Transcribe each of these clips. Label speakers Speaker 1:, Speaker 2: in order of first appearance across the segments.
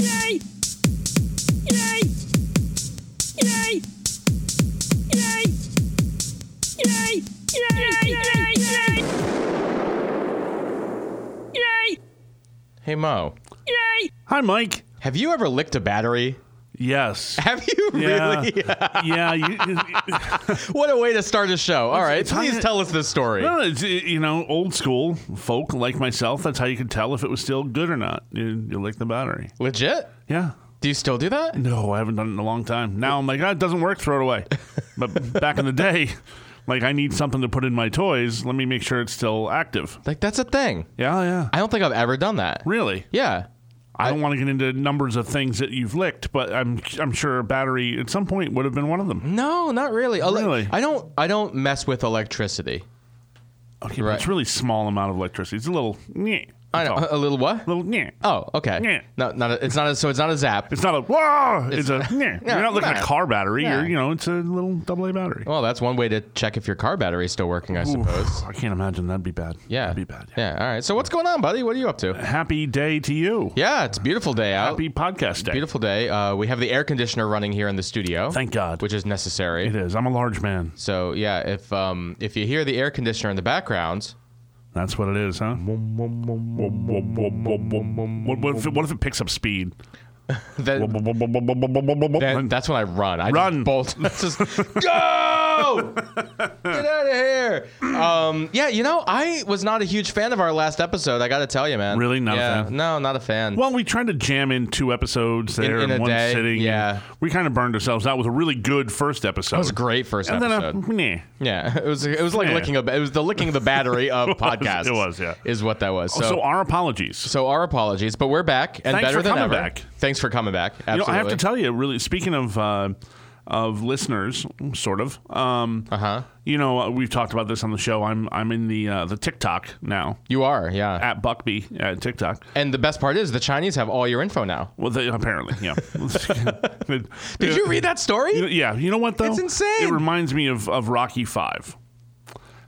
Speaker 1: Yay! Yay! Yay! Yay! Yay! Yay! Yay! Yay! Yay!
Speaker 2: Hey Mo,
Speaker 1: Yay!
Speaker 3: Hi, Mike.
Speaker 2: have you ever licked a battery?
Speaker 3: Yes.
Speaker 2: Have you
Speaker 3: Yeah.
Speaker 2: really?
Speaker 3: yeah. You,
Speaker 2: what a way to start a show. All right,
Speaker 3: it's how
Speaker 2: please
Speaker 3: you-
Speaker 2: tell us this story.
Speaker 3: no, it's, uh, you know, old school folk like myself. That's how you could tell if it was still good or not. You, you lick the battery.
Speaker 2: Legit?
Speaker 3: Yeah.
Speaker 2: Do you still do that?
Speaker 3: No, I haven't done it in a long time. Now I'm like, ah, it doesn't work. Throw it away. But back in the day, like I need something to put in my toys. Let me make sure it's still active.
Speaker 2: Like that's a thing.
Speaker 3: Yeah, yeah.
Speaker 2: I don't think I've ever done that.
Speaker 3: Really.
Speaker 2: Yeah.
Speaker 3: I don't want to get into numbers of things that you've licked, but I'm I'm sure a battery at some point would have been one of them.
Speaker 2: No, not really. Ele-
Speaker 3: Really?
Speaker 2: I don't. I don't mess with electricity.
Speaker 3: Okay, but
Speaker 2: Right.
Speaker 3: it's really small amount of electricity. It's a little, yeah.
Speaker 2: I know a little what?
Speaker 3: little, yeah.
Speaker 2: Oh, okay.
Speaker 3: Yeah.
Speaker 2: No, not a, it's not a, so it's not a zap.
Speaker 3: It's not a whoa. It's, a yeah.
Speaker 2: yeah,
Speaker 3: You're not looking at
Speaker 2: nah.
Speaker 3: a car battery.
Speaker 2: Yeah.
Speaker 3: You're you know it's a little double A battery.
Speaker 2: Well, that's one way to check if your car battery's still working, I
Speaker 3: Oof,
Speaker 2: suppose.
Speaker 3: I can't imagine that'd be bad.
Speaker 2: Yeah.
Speaker 3: that'd be bad.
Speaker 2: Yeah. All right. So what's going on, buddy? What are you up to?
Speaker 3: Happy day to you.
Speaker 2: Yeah, it's a beautiful day out.
Speaker 3: Happy podcast day.
Speaker 2: Beautiful day. Uh, we have the air conditioner running here in the studio.
Speaker 3: Thank God.
Speaker 2: Which is necessary.
Speaker 3: It is. I'm a large man.
Speaker 2: So yeah, if um if you hear the air conditioner in the background,
Speaker 3: That's what it is, huh? What, what, if, it, what if it picks up speed?
Speaker 2: then, then that's when I run. I
Speaker 3: Run.
Speaker 2: Just bolt. That's just go. Get out of here. Um, yeah, you know, I was not a huge fan of our last episode. I got to tell you, man.
Speaker 3: Really? Not a
Speaker 2: Yeah,
Speaker 3: fan?
Speaker 2: No, not a fan.
Speaker 3: Well, we tried to jam in two episodes there
Speaker 2: in
Speaker 3: in,
Speaker 2: a
Speaker 3: one
Speaker 2: day,
Speaker 3: sitting.
Speaker 2: yeah.
Speaker 3: We kind of burned ourselves out with a really good first episode.
Speaker 2: that was a great first
Speaker 3: And
Speaker 2: episode.
Speaker 3: then, uh, a,
Speaker 2: Yeah, it was. It was like
Speaker 3: Yeah.
Speaker 2: licking a. It was the licking the battery of podcasts.
Speaker 3: it was, yeah.
Speaker 2: is what that was. So,
Speaker 3: so,
Speaker 2: so,
Speaker 3: our apologies.
Speaker 2: our apologies, but we're back and
Speaker 3: Thanks
Speaker 2: better
Speaker 3: for
Speaker 2: than
Speaker 3: coming
Speaker 2: ever.
Speaker 3: back.
Speaker 2: Thanks for coming back. Absolutely.
Speaker 3: You know, I have to tell you, really, speaking of uh, of listeners, sort of, um,
Speaker 2: uh huh.
Speaker 3: you know, uh, we've talked about this on the show. I'm I'm in the uh, the TikTok now
Speaker 2: You are, yeah.
Speaker 3: at Buckby at TikTok.
Speaker 2: And the best part is the Chinese have all your info now.
Speaker 3: Well, they, apparently, yeah. Did
Speaker 2: Did you read that story?
Speaker 3: yeah, you know what though?
Speaker 2: It's insane.
Speaker 3: It reminds me of of Rocky Five,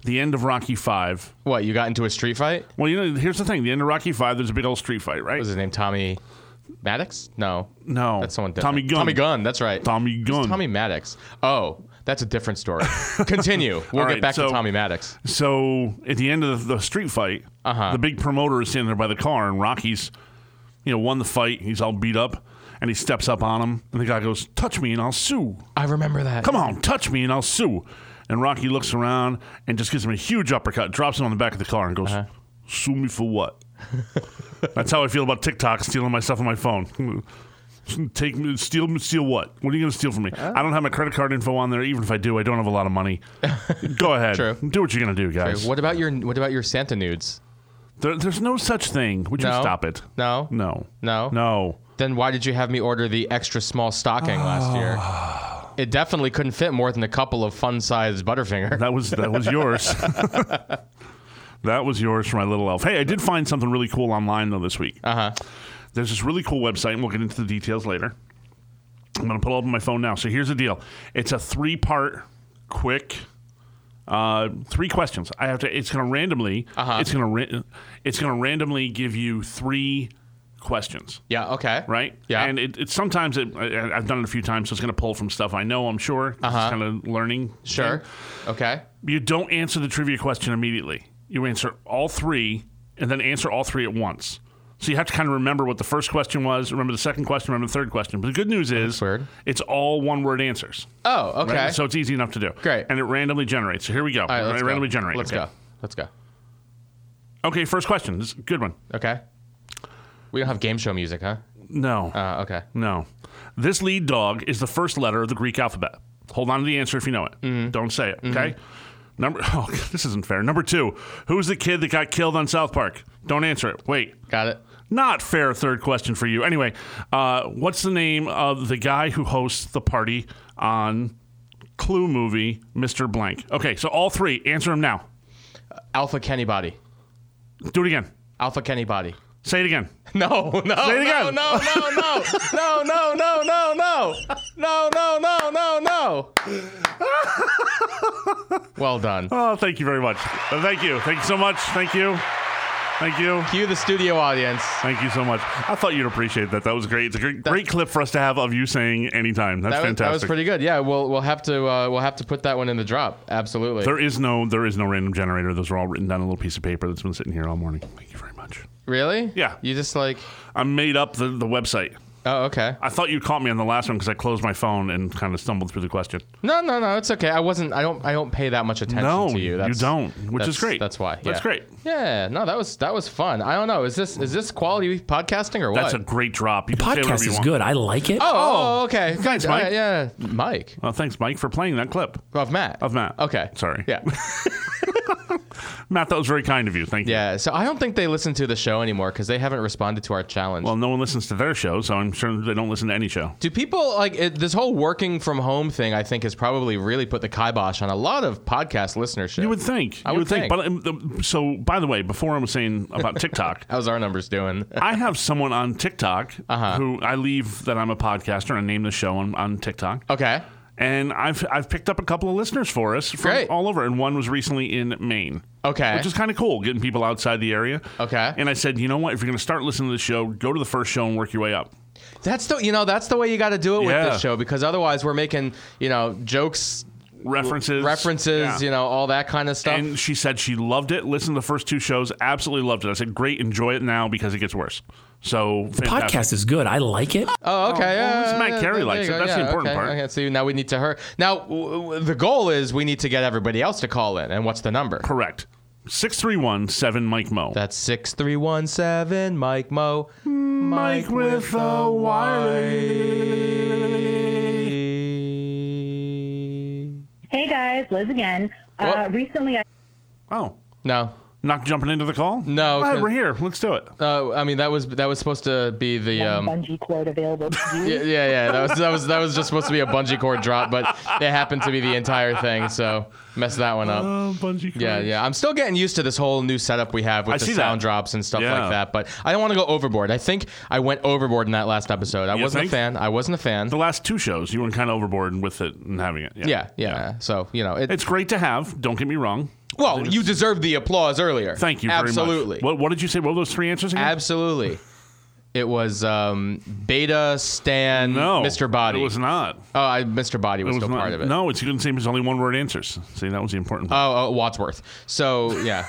Speaker 3: the end of Rocky Five.
Speaker 2: what you got into a street fight?
Speaker 3: Well, you know, here's the thing: the end of Rocky Five, there's a big old street fight, right?
Speaker 2: Was his name Tommy Maddox? No,
Speaker 3: no,
Speaker 2: that's someone different.
Speaker 3: Tommy Gunn.
Speaker 2: Tommy Gunn. That's right.
Speaker 3: Tommy Gunn.
Speaker 2: Tommy Maddox. Oh, that's a different story. Continue. We'll
Speaker 3: All
Speaker 2: get
Speaker 3: right,
Speaker 2: back
Speaker 3: so-
Speaker 2: to Tommy Maddox.
Speaker 3: So at the end of the, the street fight,
Speaker 2: Uh-huh.
Speaker 3: the big promoter is standing there by the car, and Rocky's, you know, won the fight. He's all beat up, and he steps up on him, and the guy goes, "Touch me, and I'll sue."
Speaker 2: I remember that.
Speaker 3: Come on, touch me, and I'll sue. And Rocky looks around and just gives him a huge uppercut, drops him on the back of the car, and goes,
Speaker 2: Uh-huh.
Speaker 3: "Sue me for what?" That's how I feel about TikTok stealing my stuff on my phone. Take me, steal, me- steal what? What are you going to steal from me?
Speaker 2: Uh-huh.
Speaker 3: I don't have my credit card info on there. Even if I do, I don't have a lot of money. Go ahead,
Speaker 2: True.
Speaker 3: do what you're going to do, guys.
Speaker 2: What about your What about your Santa nudes?
Speaker 3: There, there's no such thing. Would
Speaker 2: No.
Speaker 3: you stop it?
Speaker 2: No.
Speaker 3: No.
Speaker 2: No?
Speaker 3: No.
Speaker 2: Then why did you have me order the extra small stocking last year?
Speaker 3: Ah.
Speaker 2: It definitely couldn't fit more than a couple of fun-sized Butterfinger.
Speaker 3: That was that was yours. that was yours for my little elf. Hey, I did find something really cool online though this week.
Speaker 2: Uh huh.
Speaker 3: There's this really cool website, and we'll get into the details later. I'm gonna pull it up on my phone now. So here's the deal. It's a three part quick uh, three questions. I have to. It's gonna randomly.
Speaker 2: Uh-huh.
Speaker 3: It's gonna. Ra- it's gonna randomly give you three questions.
Speaker 2: Yeah. Okay.
Speaker 3: right?
Speaker 2: Yeah.
Speaker 3: And it, it sometimes it, I, I've done it a few times, so it's going to pull from stuff I know. I'm sure.
Speaker 2: Uh-huh.
Speaker 3: It's kind of learning.
Speaker 2: Sure. Okay.
Speaker 3: You don't answer the trivia question immediately. You answer all three, and then answer all three at once. So you have to kind of remember what the first question was, remember the second question, remember the third question. But the good news is,
Speaker 2: weird.
Speaker 3: it's all one-word answers.
Speaker 2: Oh. Okay.
Speaker 3: right? So it's easy enough to do.
Speaker 2: Great.
Speaker 3: And it randomly generates. So here we go.
Speaker 2: All right, let's
Speaker 3: It
Speaker 2: go.
Speaker 3: randomly generates.
Speaker 2: Let's
Speaker 3: okay.
Speaker 2: go. Let's go.
Speaker 3: Okay. First question. This is a good one.
Speaker 2: Okay. We don't have game show music, huh?
Speaker 3: No.
Speaker 2: Uh, okay.
Speaker 3: No. This lead dog is the first letter of the Greek alphabet. Hold on to the answer if you know it. Don't say it, okay? Number Oh, this isn't fair. Number 2. Who's the kid that got killed on South Park? Don't answer it. Wait.
Speaker 2: Got it.
Speaker 3: Not fair third question for you. Anyway, uh, what's the name of the guy who hosts the party on Clue movie, Mr. Blank? Okay, so all three. Answer them now.
Speaker 2: Alpha Kenny body.
Speaker 3: Do it again.
Speaker 2: Alpha Kenny body.
Speaker 3: Say it again.
Speaker 2: No, no,
Speaker 3: Say it
Speaker 2: no,
Speaker 3: again.
Speaker 2: no, no, no, no, no, no, no, no, no, no, no, no, no. Well done.
Speaker 3: Oh, thank you very much. Uh, Thank you. Thank you so much. Thank you. Thank you.
Speaker 2: Cue the studio audience.
Speaker 3: Thank you so much. I thought you'd appreciate that. That was great. It's a great, great clip for us to have of you saying anytime. That's
Speaker 2: That was,
Speaker 3: fantastic.
Speaker 2: that was pretty good. Yeah, we'll we'll have to uh, we'll have to put that one in the drop. Absolutely.
Speaker 3: There is no there is no random generator. Those are all written down on a little piece of paper that's been sitting here all morning. Thank you very much.
Speaker 2: Really?
Speaker 3: Yeah.
Speaker 2: You just like
Speaker 3: I made up the, the website.
Speaker 2: oh okay.
Speaker 3: I thought you caught me on the last one because I closed my phone and kind of stumbled through the question.
Speaker 2: No no no it's okay. I wasn't. I don't I don't pay that much attention
Speaker 3: No,
Speaker 2: to you.
Speaker 3: you
Speaker 2: That's,
Speaker 3: don't, which is
Speaker 2: that's-
Speaker 3: great.
Speaker 2: That's why.
Speaker 3: That's
Speaker 2: yeah.
Speaker 3: great.
Speaker 2: Yeah. No, that was that was fun. I don't know. Is this is this quality podcasting or what?
Speaker 3: That's a great drop. You can say whatever
Speaker 4: Podcast
Speaker 3: you
Speaker 4: is
Speaker 3: want.
Speaker 4: good. I like it.
Speaker 2: Oh, oh, okay.
Speaker 3: Thanks,
Speaker 2: Good.
Speaker 3: Mike.
Speaker 2: All right, yeah, Mike
Speaker 3: Well, thanks, Mike, for playing that clip
Speaker 2: of Matt.
Speaker 3: of Matt.
Speaker 2: Okay.
Speaker 3: Sorry.
Speaker 2: Yeah.
Speaker 3: Matt, that was very kind of you. Thank you.
Speaker 2: Yeah. So I don't think they listen to the show anymore because they haven't responded to our challenge.
Speaker 3: Well, no one listens to their show, so I'm sure they don't listen to any show.
Speaker 2: Do people like it, this whole working from home thing? I think has probably really put the kibosh on a lot of podcast listenership.
Speaker 3: You would think.
Speaker 2: I
Speaker 3: you
Speaker 2: would
Speaker 3: would think.
Speaker 2: think.
Speaker 3: But um, the, so, by the way, before I was saying about TikTok,
Speaker 2: How's our numbers doing?
Speaker 3: I have someone on TikTok
Speaker 2: Uh-huh.
Speaker 3: who I leave that I'm a podcaster and I name the show on, on TikTok.
Speaker 2: okay.
Speaker 3: And I've I've picked up a couple of listeners for us from
Speaker 2: Great.
Speaker 3: all over, and one was recently in Maine.
Speaker 2: Okay.
Speaker 3: Which is kind of cool, getting people outside the area.
Speaker 2: Okay.
Speaker 3: And I said, you know what? If you're going to start listening to the show, go to the first show and work your way up.
Speaker 2: That's the you know that's the way you got to do it
Speaker 3: Yeah.
Speaker 2: with this show because otherwise we're making you know jokes,
Speaker 3: References.
Speaker 2: references,
Speaker 3: Yeah.
Speaker 2: you know all that kind of stuff.
Speaker 3: And she said she loved it. Listened to the first two shows, absolutely loved it. I said, great, enjoy it now because it gets worse. So, fantastic.
Speaker 4: Podcast is good. I like it.
Speaker 2: Oh, okay.
Speaker 3: well, at least
Speaker 2: yeah,
Speaker 3: Matt
Speaker 2: yeah,
Speaker 3: Carey
Speaker 2: there you
Speaker 3: likes it.
Speaker 2: go.
Speaker 3: That's the
Speaker 2: Yeah,
Speaker 3: important
Speaker 2: okay,
Speaker 3: part.
Speaker 2: Okay, so now we need to her. Now w- w- the goal is we need to get everybody else to call in. And what's the number?
Speaker 3: Correct. 6317 Mike Mo.
Speaker 2: That's six three one seven. Mike Mo. Mike
Speaker 3: with a wire.
Speaker 5: Hey guys, Liz again. Uh,
Speaker 2: What?
Speaker 5: recently, I
Speaker 3: Oh,
Speaker 2: No.
Speaker 3: not jumping into the call?
Speaker 2: No,
Speaker 3: Glad
Speaker 2: 'cause-
Speaker 3: we're here. Let's do it.
Speaker 2: Uh, I mean that was that was supposed to be the
Speaker 5: have
Speaker 2: um,
Speaker 5: a bungee cord available to you.
Speaker 2: yeah, yeah yeah that was that was that was just supposed to be a bungee cord drop but it happened to be the entire thing so mess that one up
Speaker 3: Uh, bungee
Speaker 2: Oh. yeah
Speaker 3: cord.
Speaker 2: yeah I'm still getting used to this whole new setup we have with
Speaker 3: I
Speaker 2: the
Speaker 3: see that.
Speaker 2: sound drops and stuff
Speaker 3: Yeah.
Speaker 2: like that but I don't want to go overboard I think I went overboard in that last episode I
Speaker 3: You
Speaker 2: wasn't
Speaker 3: think?
Speaker 2: a fan I wasn't a fan
Speaker 3: The last two shows, you went kind of overboard with it and having it. Yeah.
Speaker 2: yeah, yeah so you know it,
Speaker 3: It's great to have. Don't get me wrong.
Speaker 2: well you deserved the applause earlier
Speaker 3: Thank you
Speaker 2: absolutely
Speaker 3: very much. What, what did you say? What were those three answers again?
Speaker 2: absolutely it was um, Beta Stan
Speaker 3: no.
Speaker 2: Mr Body
Speaker 3: It was not.
Speaker 2: oh I, Mr Body was,
Speaker 3: It was
Speaker 2: still
Speaker 3: not.
Speaker 2: part of it
Speaker 3: No, it's you couldn't say it was only one word answers. See, that was the important part.
Speaker 2: Oh, oh, Wadsworth. So yeah,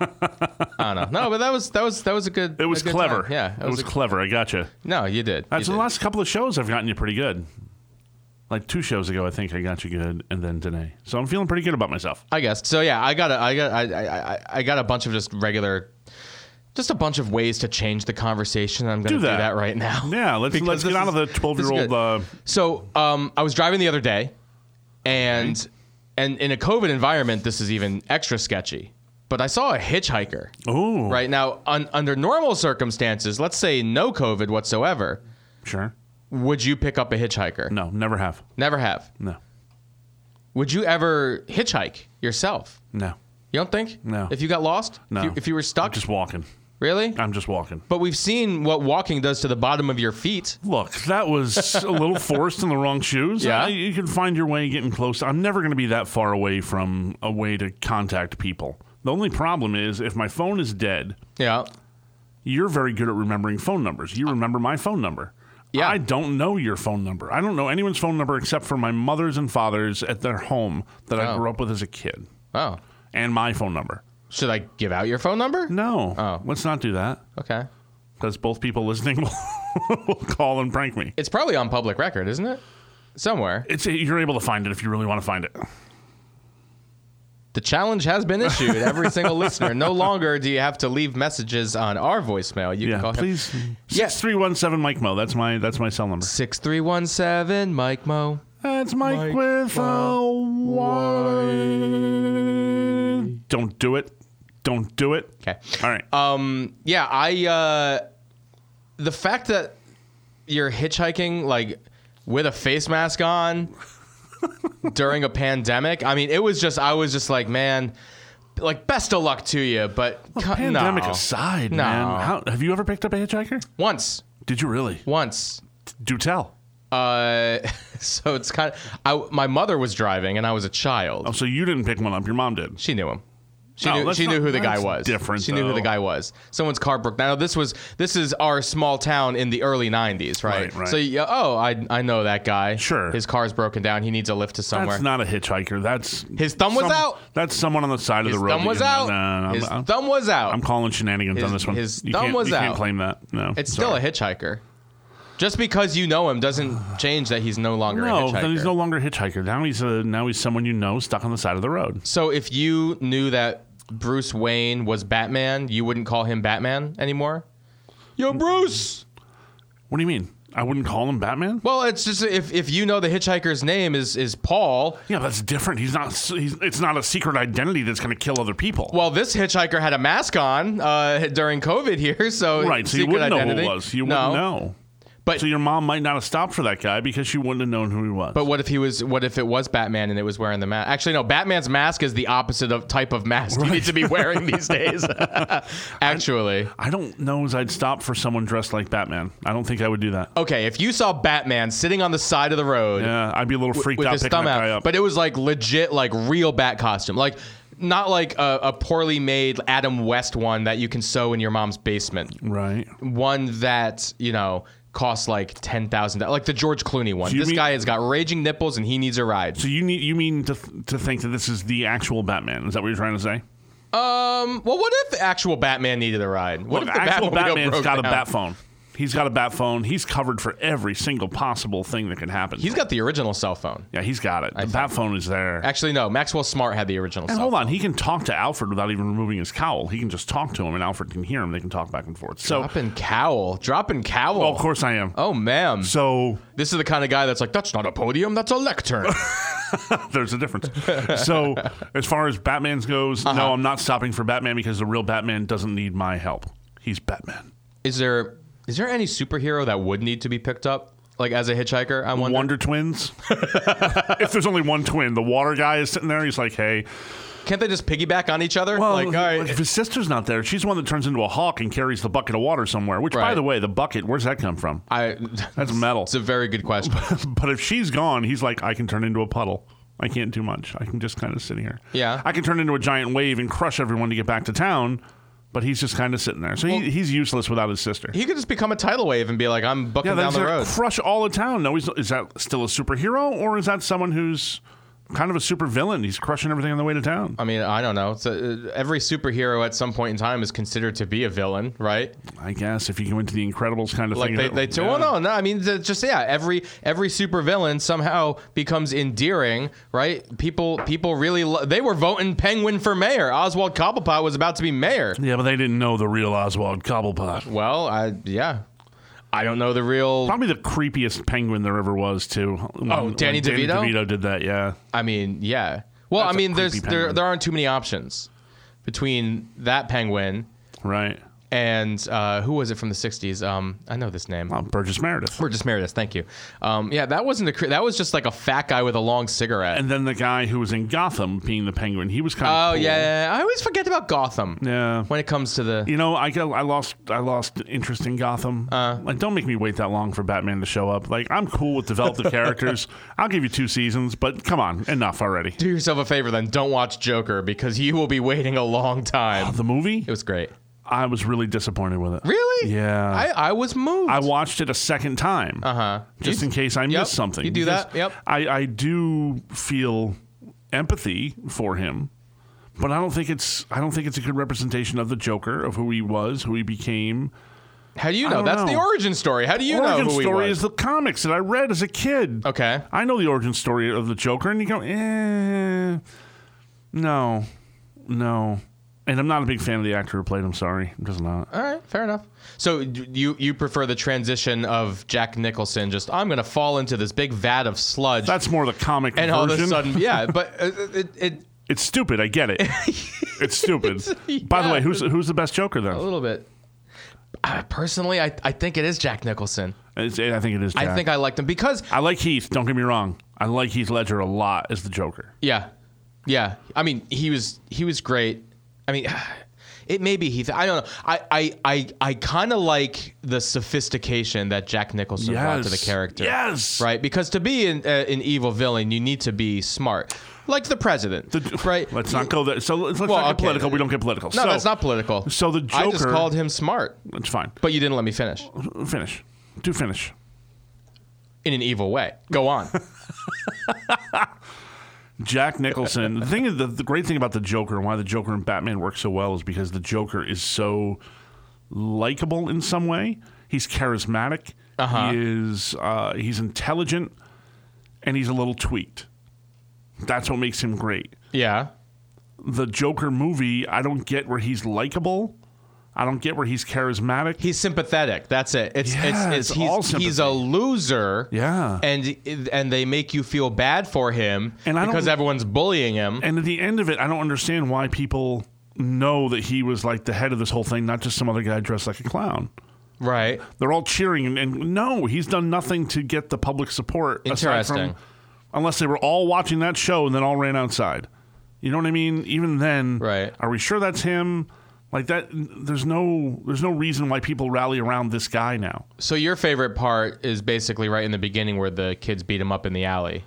Speaker 2: I don't know. No, but that was that was that was a good.
Speaker 3: it
Speaker 2: Uh,
Speaker 3: was
Speaker 2: a good
Speaker 3: clever.
Speaker 2: time. Yeah,
Speaker 3: It was,
Speaker 2: a-
Speaker 3: clever. I gotcha.
Speaker 2: no, you did. You
Speaker 3: That's the
Speaker 2: did.
Speaker 3: last couple of shows I've gotten you pretty good. Like two shows ago, I think I got you good, and then today. So I'm feeling pretty good about myself.
Speaker 2: I guess. So yeah, I got a, I got I, I I- I got a bunch of just regular, just a bunch of ways to change the conversation. I'm going to
Speaker 3: Do
Speaker 2: do
Speaker 3: that.
Speaker 2: that. right now.
Speaker 3: Yeah, let's
Speaker 2: Because
Speaker 3: let's get
Speaker 2: this
Speaker 3: out
Speaker 2: is-
Speaker 3: of the
Speaker 2: this is
Speaker 3: 12 year old.
Speaker 2: good.
Speaker 3: Uh,
Speaker 2: So um, I was driving the other day, and and in a COVID environment, this is even extra sketchy. But I saw a hitchhiker.
Speaker 3: oh,
Speaker 2: Right now, un, under normal circumstances, let's say no COVID whatsoever,
Speaker 3: Sure.
Speaker 2: would you pick up a hitchhiker?
Speaker 3: No, never have.
Speaker 2: Never have.
Speaker 3: No,
Speaker 2: Would you ever hitchhike yourself?
Speaker 3: no,
Speaker 2: You don't think?
Speaker 3: No.
Speaker 2: If you got lost?
Speaker 3: no.
Speaker 2: If you, if you were
Speaker 3: I'm
Speaker 2: stuck?
Speaker 3: just walking.
Speaker 2: really?
Speaker 3: I'm just walking.
Speaker 2: but we've seen what walking does to the bottom of your feet.
Speaker 3: Look, that was a little forced in the wrong shoes.
Speaker 2: Yeah.
Speaker 3: Uh, you can find your way getting close. I'm never going to be that far away from a way to contact people. The only problem is if my phone is dead,
Speaker 2: Yeah.
Speaker 3: you're very good at remembering phone numbers. You remember my phone number.
Speaker 2: Yeah.
Speaker 3: I don't know your phone number. I don't know anyone's phone number except for my mother's and father's at their home that I
Speaker 2: Oh.
Speaker 3: grew up with as a kid
Speaker 2: Oh.
Speaker 3: and my phone number.
Speaker 2: Should I give out your phone number?
Speaker 3: No.
Speaker 2: Oh.
Speaker 3: Let's not do that
Speaker 2: Okay.
Speaker 3: because both people listening will, will call and prank me.
Speaker 2: It's probably on public record, isn't it? Somewhere.
Speaker 3: It's You're able to find it if you really want to find it.
Speaker 2: The challenge has been issued. Every single listener. No longer do you have to leave messages on our voicemail. You can
Speaker 3: Yeah,
Speaker 2: call him.
Speaker 3: please.
Speaker 2: Yeah.
Speaker 3: Six three one seven Mike Mo. That's my that's my cell number.
Speaker 2: 6317 Mike Mo.
Speaker 3: That's Mike,
Speaker 2: Mike
Speaker 3: with a Y. Don't do it. Don't do it.
Speaker 2: Okay.
Speaker 3: All right.
Speaker 2: Um, yeah, I uh, the fact that you're hitchhiking like with a face mask on during a pandemic. I mean, it was just I was just like, man, like best of luck to you, but co-
Speaker 3: Pandemic
Speaker 2: no.
Speaker 3: aside,
Speaker 2: No.
Speaker 3: man, how, have you ever picked up a hitchhiker?
Speaker 2: Once,
Speaker 3: Did you really?
Speaker 2: once.
Speaker 3: Do tell.
Speaker 2: Uh, so it's kind of I, my mother was driving and I was a child.
Speaker 3: Oh, so you didn't pick one up? Your mom did.
Speaker 2: She knew him. She
Speaker 3: No,
Speaker 2: knew
Speaker 3: that's
Speaker 2: she knew
Speaker 3: not-
Speaker 2: who the guy
Speaker 3: that's
Speaker 2: was.
Speaker 3: different,
Speaker 2: She knew who
Speaker 3: though.
Speaker 2: the guy was. Someone's car broke. Now this was this is our small town in the early '90s, right?
Speaker 3: Right, right.
Speaker 2: So yeah, oh, I I know that guy.
Speaker 3: Sure.
Speaker 2: his car's broken down. He needs a lift to somewhere.
Speaker 3: That's not a hitchhiker. That's
Speaker 2: His thumb was out?
Speaker 3: That's someone on the side
Speaker 2: his
Speaker 3: of the road.
Speaker 2: thumb
Speaker 3: that
Speaker 2: was
Speaker 3: you- no,
Speaker 2: out.
Speaker 3: no, no, no,
Speaker 2: his
Speaker 3: I'm,
Speaker 2: thumb was out.
Speaker 3: I'm calling shenanigans
Speaker 2: His-
Speaker 3: on this one.
Speaker 2: his
Speaker 3: you
Speaker 2: thumb
Speaker 3: can't,
Speaker 2: was
Speaker 3: you
Speaker 2: out.
Speaker 3: Can't claim that. No,
Speaker 2: it's still a hitchhiker. Just because you know him doesn't change that he's no longer
Speaker 3: No,
Speaker 2: a hitchhiker.
Speaker 3: then he's no longer a hitchhiker. Now he's a, now he's someone you know stuck on the side of the road.
Speaker 2: So if you knew that Bruce Wayne was Batman, you wouldn't call him Batman anymore? Yo, Bruce!
Speaker 3: What do you mean? I wouldn't call him Batman.
Speaker 2: Well, it's just if, if you know the hitchhiker's name is, is Paul,
Speaker 3: Yeah, that's different. He's not. s- He's, it's not a secret identity that's going to kill other people.
Speaker 2: well, this hitchhiker had a mask on uh, during COVID here, so
Speaker 3: right. So you
Speaker 2: secret
Speaker 3: wouldn't know
Speaker 2: identity.
Speaker 3: who it was. You wouldn't
Speaker 2: no.
Speaker 3: know.
Speaker 2: But
Speaker 3: So your mom might not have stopped for that guy because she wouldn't have known who he was.
Speaker 2: but what if he was? What if it was Batman and it was wearing the mask? Actually, no. Batman's mask is the opposite of type of mask you need to be wearing these days. Actually,
Speaker 3: I don't know as I'd stop for someone dressed like Batman. I don't think I would do that.
Speaker 2: okay. If you saw Batman sitting on the side of the road,
Speaker 3: Yeah, I'd be a little freaked
Speaker 2: with
Speaker 3: out
Speaker 2: his
Speaker 3: picking that
Speaker 2: thumb
Speaker 3: guy
Speaker 2: out.
Speaker 3: up.
Speaker 2: But it was like legit, like real bat costume, like not like a, a poorly made Adam West one that you can sew in your mom's basement.
Speaker 3: right.
Speaker 2: One that you know costs like ten thousand dollars, like the George Clooney one.
Speaker 3: Do you
Speaker 2: This
Speaker 3: mean-
Speaker 2: guy has got raging nipples and he needs a ride.
Speaker 3: So you need you mean to th- to think that this is the actual Batman? Is that what you're trying to say?
Speaker 2: Um, well, what if actual Batman needed a ride? What
Speaker 3: Look,
Speaker 2: if the
Speaker 3: actual
Speaker 2: Batmobile
Speaker 3: Batman's
Speaker 2: broke
Speaker 3: got a
Speaker 2: down?
Speaker 3: bat phone. He's got a bat phone. He's covered for every single possible thing that can happen.
Speaker 2: He's got the original cell phone.
Speaker 3: yeah, he's got it. The bat phone is there.
Speaker 2: Actually, no. Maxwell Smart had the original.
Speaker 3: And
Speaker 2: cell
Speaker 3: hold
Speaker 2: phone.
Speaker 3: on, he can talk to Alfred without even removing his cowl. He can just talk to him, and Alfred can hear him. They can talk back and forth. So,
Speaker 2: Dropping cowl. Dropping cowl.
Speaker 3: oh, of course, I am.
Speaker 2: Oh, ma'am.
Speaker 3: So
Speaker 2: This is the kind of guy that's like, that's not a podium, that's a lectern.
Speaker 3: there's a difference. so, as far as Batman's goes,
Speaker 2: Uh-huh.
Speaker 3: no, I'm not stopping for Batman because the real Batman doesn't need my help. He's Batman.
Speaker 2: is there is there any superhero that would need to be picked up, like as a hitchhiker? I wonder.
Speaker 3: Wonder Twins. if there's only one twin, the water guy is sitting there. He's like, "Hey,
Speaker 2: Can't they just piggyback on each other?
Speaker 3: Well,
Speaker 2: like, all right,
Speaker 3: if his sister's not there, she's the one that turns into a hawk and carries the bucket of water somewhere. Which, by
Speaker 2: Right.
Speaker 3: the way, the bucket, where's that come from?
Speaker 2: I.
Speaker 3: That's metal.
Speaker 2: It's a very good question.
Speaker 3: but if she's gone, he's like, I can turn into a puddle. I can't do much. I can just kind of sit here.
Speaker 2: Yeah.
Speaker 3: I can turn into a giant wave and crush everyone to get back to town. But he's just kind of sitting there, so he, he's useless without his sister.
Speaker 2: He could just become a tidal wave and be like, I'm bucking
Speaker 3: yeah,
Speaker 2: down
Speaker 3: that's
Speaker 2: the road.
Speaker 3: crush all the town. No, he's, is that still a superhero or is that someone who's kind of a supervillain? He's crushing everything on the way to town.
Speaker 2: I mean, I don't know. It's a, every superhero at some point in time is considered to be a villain, right?
Speaker 3: I guess if you go into the Incredibles kind of
Speaker 2: Like
Speaker 3: thing,
Speaker 2: they,
Speaker 3: that-
Speaker 2: they t-
Speaker 3: yeah.
Speaker 2: well, no, no. I mean, the- just yeah. Every every supervillain somehow becomes endearing, right? People people really lo- they were voting Penguin for mayor. Oswald Cobblepot was about to be mayor.
Speaker 3: Yeah, but they didn't know the real Oswald Cobblepot.
Speaker 2: Well, I yeah, I don't know the real.
Speaker 3: Probably the creepiest penguin there ever was, too. When-
Speaker 2: Oh, Danny
Speaker 3: when Danny
Speaker 2: DeVito?
Speaker 3: DeVito did that, yeah.
Speaker 2: I mean, yeah. Well,
Speaker 3: That's
Speaker 2: I
Speaker 3: a
Speaker 2: mean, there's
Speaker 3: creepy
Speaker 2: there
Speaker 3: penguin.
Speaker 2: there aren't too many options between that penguin
Speaker 3: Right.
Speaker 2: and uh, who was it from the '60s? Um, I know this name.
Speaker 3: Oh, Burgess Meredith.
Speaker 2: Burgess Meredith. Thank you. Um, yeah, that wasn't a cre- that was just like a fat guy with a long cigarette.
Speaker 3: And then the guy who was in Gotham being the penguin, he was kind
Speaker 2: oh
Speaker 3: of. cool.
Speaker 2: yeah, I always forget about Gotham.
Speaker 3: Yeah.
Speaker 2: When it comes to the
Speaker 3: You know, I got, I lost I lost interest in Gotham. Uh, like, don't make me wait that long for Batman to show up. Like, I'm cool with develop the characters. I'll give you two seasons, but come on, enough already.
Speaker 2: do yourself a favor then don't watch Joker because you will be waiting a long time.
Speaker 3: The movie,
Speaker 2: It was great.
Speaker 3: I was really disappointed with it.
Speaker 2: Really?
Speaker 3: Yeah.
Speaker 2: I, I was moved.
Speaker 3: I watched it a second time. Uh huh. Just
Speaker 2: Uh-huh. You-
Speaker 3: in case I
Speaker 2: yep,
Speaker 3: missed something.
Speaker 2: you do
Speaker 3: Because
Speaker 2: that, yep.
Speaker 3: I, I do feel empathy for him, but I don't think it's I don't think it's a good representation of the Joker of who he was, who he became.
Speaker 2: How do you
Speaker 3: I
Speaker 2: know?
Speaker 3: don't
Speaker 2: That's the
Speaker 3: know.
Speaker 2: origin story. How do you
Speaker 3: origin
Speaker 2: know who he
Speaker 3: story
Speaker 2: was?
Speaker 3: is the comics that I read as a kid.
Speaker 2: okay.
Speaker 3: I know the origin story of the Joker, and you go, eh, no, no. And I'm not a big fan of the actor who played him. Sorry, I'm just not.
Speaker 2: All right, fair enough. So d- you you prefer the transition of Jack Nicholson? Just I'm gonna fall into this big vat of sludge,
Speaker 3: That's more the comic
Speaker 2: and
Speaker 3: version.
Speaker 2: all of a sudden, yeah. But uh, it, it, it
Speaker 3: It's stupid. I get it. it's stupid. By the
Speaker 2: yeah.
Speaker 3: way, who's who's the best Joker
Speaker 2: a
Speaker 3: though?
Speaker 2: little bit. Uh, personally, I, I think it is Jack Nicholson.
Speaker 3: It's, I think it is. Jack.
Speaker 2: I think I liked him because
Speaker 3: I like Heath. Don't get me wrong. I like Heath Ledger a lot as the Joker.
Speaker 2: yeah, yeah. I mean, he was he was great. I mean, It may be Heath. I don't know. I I I, I kind of like the sophistication that Jack Nicholson brought to the
Speaker 3: Yes.
Speaker 2: character.
Speaker 3: Yes.
Speaker 2: Right. Because to be an, uh, an evil villain, you need to be smart, like the president. right.
Speaker 3: Let's not go there. So let's, let's
Speaker 2: Well,
Speaker 3: not get
Speaker 2: okay.
Speaker 3: political. We don't get political.
Speaker 2: No,
Speaker 3: so,
Speaker 2: that's not political.
Speaker 3: so the
Speaker 2: I just
Speaker 3: Joker-
Speaker 2: called him smart,
Speaker 3: It's fine.
Speaker 2: but you didn't let me finish
Speaker 3: Finish. Do finish.
Speaker 2: in an evil way. Go on.
Speaker 3: Jack Nicholson. the thing, is- the, the great thing about the Joker and why the Joker and Batman work so well is because the Joker is so likable in some way. He's charismatic.
Speaker 2: Uh-huh.
Speaker 3: He is. Uh, he's intelligent, and he's a little tweaked. That's what makes him great.
Speaker 2: yeah.
Speaker 3: The Joker movie, I don't get where he's likable. I don't get where he's charismatic.
Speaker 2: He's sympathetic. That's it. It's
Speaker 3: Yeah,
Speaker 2: it's, it's,
Speaker 3: it's
Speaker 2: he's,
Speaker 3: all
Speaker 2: he's a loser.
Speaker 3: Yeah.
Speaker 2: And and they make you feel bad for him
Speaker 3: And I don't-
Speaker 2: because everyone's bullying him.
Speaker 3: and at the end of it, I don't understand why people know that he was like the head of this whole thing, not just some other guy dressed like a clown.
Speaker 2: right.
Speaker 3: They're all cheering, and, and no, he's done nothing to get the public support. aside from-
Speaker 2: Interesting.
Speaker 3: unless they were all watching that show and then all ran outside. You know what I mean? Even then,
Speaker 2: Right.
Speaker 3: Are we sure that's him? Like that? There's no, there's no reason why people rally around this guy now.
Speaker 2: So your favorite part is basically right in the beginning where the kids beat him up in the alley.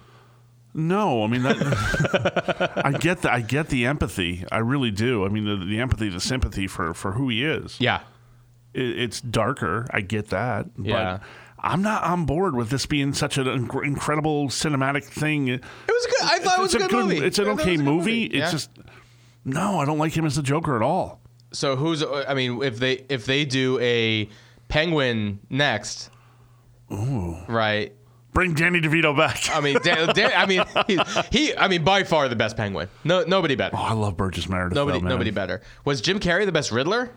Speaker 3: No, I mean, that, I get that. I get the empathy. I really do. I mean, the, the empathy, the sympathy for for who he is.
Speaker 2: Yeah.
Speaker 3: it, it's darker. I get that.
Speaker 2: Yeah.
Speaker 3: But I'm not on board with this being such an inc- incredible cinematic thing.
Speaker 2: It
Speaker 3: It
Speaker 2: was good. I thought it was a good, movie.
Speaker 3: It's an
Speaker 2: I thought it
Speaker 3: okay
Speaker 2: was a good
Speaker 3: movie. It's
Speaker 2: Yeah.
Speaker 3: just no, I don't like him as the Joker at all.
Speaker 2: So who's I mean if they if they do a penguin next. Right.
Speaker 3: Bring Danny DeVito back.
Speaker 2: I mean, Dan, Dan, I mean, he, he, I mean, by far the best penguin. No, nobody better.
Speaker 3: oh, I love Burgess Meredith.
Speaker 2: Nobody,
Speaker 3: though, man.
Speaker 2: nobody better. Was Jim Carrey the best Riddler?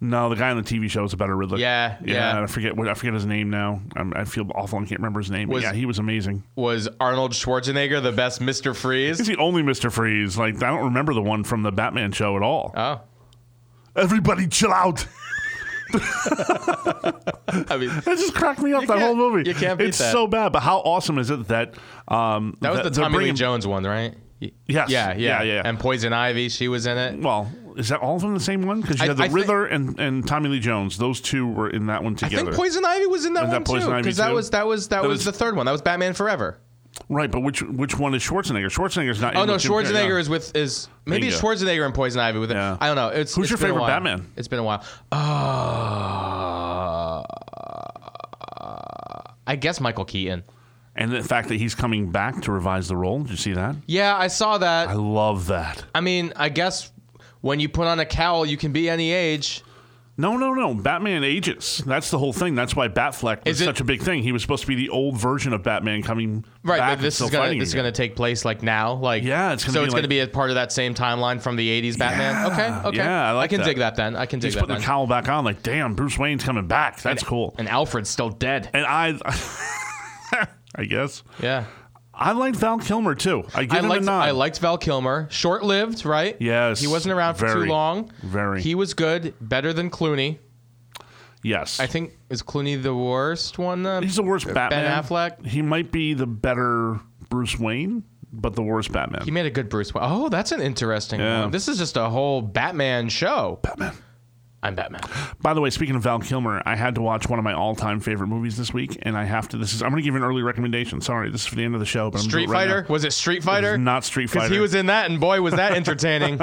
Speaker 3: No, the guy on the TV show is a better Riddler.
Speaker 2: Yeah, yeah.
Speaker 3: I forget what I forget his name now. I'm, I feel awful. I can't remember his name. But
Speaker 2: Was-
Speaker 3: yeah, he was amazing.
Speaker 2: Was Arnold Schwarzenegger the best Mister
Speaker 3: He's
Speaker 2: Freeze?
Speaker 3: the only Mister Freeze. Like I don't remember the one from the Batman show at all.
Speaker 2: Oh,
Speaker 3: Everybody, chill out.
Speaker 2: I mean,
Speaker 3: That just cracked me up. that whole
Speaker 2: can't-
Speaker 3: movie.
Speaker 2: you can't beat
Speaker 3: it's
Speaker 2: that.
Speaker 3: so bad. But how awesome is it that um,
Speaker 2: that was the
Speaker 3: they're
Speaker 2: Tommy Lee
Speaker 3: bringing-
Speaker 2: Jones one, right? Y-
Speaker 3: Yes.
Speaker 2: Yeah, yeah,
Speaker 3: Yeah, yeah.
Speaker 2: And Poison Ivy, she was in it.
Speaker 3: Well, is that all of them the same one? Because you
Speaker 2: I-
Speaker 3: had the
Speaker 2: I think-
Speaker 3: Riddler and, and Tommy Lee Jones. Those two were in that one
Speaker 2: I
Speaker 3: together.
Speaker 2: think Poison Ivy was in that
Speaker 3: And
Speaker 2: one
Speaker 3: that Poison
Speaker 2: too,
Speaker 3: Ivy
Speaker 2: because that
Speaker 3: too.
Speaker 2: was that was that,
Speaker 3: That
Speaker 2: was, the
Speaker 3: was-
Speaker 2: third one. That was Batman Forever.
Speaker 3: right, but which which one is Schwarzenegger? Schwarzenegger's not.
Speaker 2: Oh
Speaker 3: in
Speaker 2: no,
Speaker 3: with Jim Carrey,
Speaker 2: Schwarzenegger
Speaker 3: no.
Speaker 2: is with is maybe it's
Speaker 3: Bingo.
Speaker 2: Schwarzenegger and Poison Ivy with it.
Speaker 3: Yeah.
Speaker 2: I don't know. It's
Speaker 3: Who's
Speaker 2: it's
Speaker 3: your
Speaker 2: been a
Speaker 3: favorite
Speaker 2: while.
Speaker 3: Batman?
Speaker 2: It's been a while. Uh, I guess Michael Keaton.
Speaker 3: And the fact that he's coming back to revise the role. Did you see that?
Speaker 2: Yeah, I saw that.
Speaker 3: I love that.
Speaker 2: I mean, I guess when you put on a cowl, you can be any age.
Speaker 3: No, no, no. Batman ages. That's the whole thing. That's why Batfleck was
Speaker 2: Is it-
Speaker 3: such a big thing. He was supposed to be the old version of Batman coming
Speaker 2: Right,
Speaker 3: back.
Speaker 2: but this
Speaker 3: and
Speaker 2: is
Speaker 3: still
Speaker 2: gonna
Speaker 3: fighting
Speaker 2: this is
Speaker 3: again.
Speaker 2: gonna take place like now, like
Speaker 3: Yeah, it's gonna
Speaker 2: so
Speaker 3: be
Speaker 2: it's
Speaker 3: like-
Speaker 2: gonna be a part of that same timeline from the '80s Batman.
Speaker 3: Yeah,
Speaker 2: okay, okay,
Speaker 3: yeah, I like
Speaker 2: can
Speaker 3: that.
Speaker 2: dig that then. I can dig
Speaker 3: He's
Speaker 2: that.
Speaker 3: putting
Speaker 2: then.
Speaker 3: the cowl back on. Like, damn, Bruce Wayne's coming back. That's cool.
Speaker 2: And Alfred's still dead.
Speaker 3: And I, I guess
Speaker 2: yeah,
Speaker 3: I liked Val Kilmer too. I give
Speaker 2: I
Speaker 3: him a
Speaker 2: liked
Speaker 3: nod.
Speaker 2: I liked Val Kilmer. Short lived, right?
Speaker 3: Yes,
Speaker 2: he wasn't around for
Speaker 3: very,
Speaker 2: too long.
Speaker 3: very.
Speaker 2: he was good, better than Clooney.
Speaker 3: yes,
Speaker 2: I think is Clooney the worst one. Uh,
Speaker 3: he's the worst Batman.
Speaker 2: Affleck?
Speaker 3: He might be the better Bruce Wayne, but the worst Batman.
Speaker 2: he made a good Bruce. Wayne. Oh, that's an interesting
Speaker 3: Yeah.
Speaker 2: one. This is just a whole Batman show. Batman. I'm Batman.
Speaker 3: By the way, speaking of Val Kilmer, I had to watch one of my all-time favorite movies this week, and I have to. This is I'm going to give you an early recommendation. Sorry, this is for the end of the show, but I'm gonna
Speaker 2: Street
Speaker 3: do it right
Speaker 2: Fighter?
Speaker 3: now.
Speaker 2: Was it Street
Speaker 3: It
Speaker 2: Fighter?
Speaker 3: was not Street
Speaker 2: Because
Speaker 3: Fighter.
Speaker 2: he was in that, and boy, was that entertaining.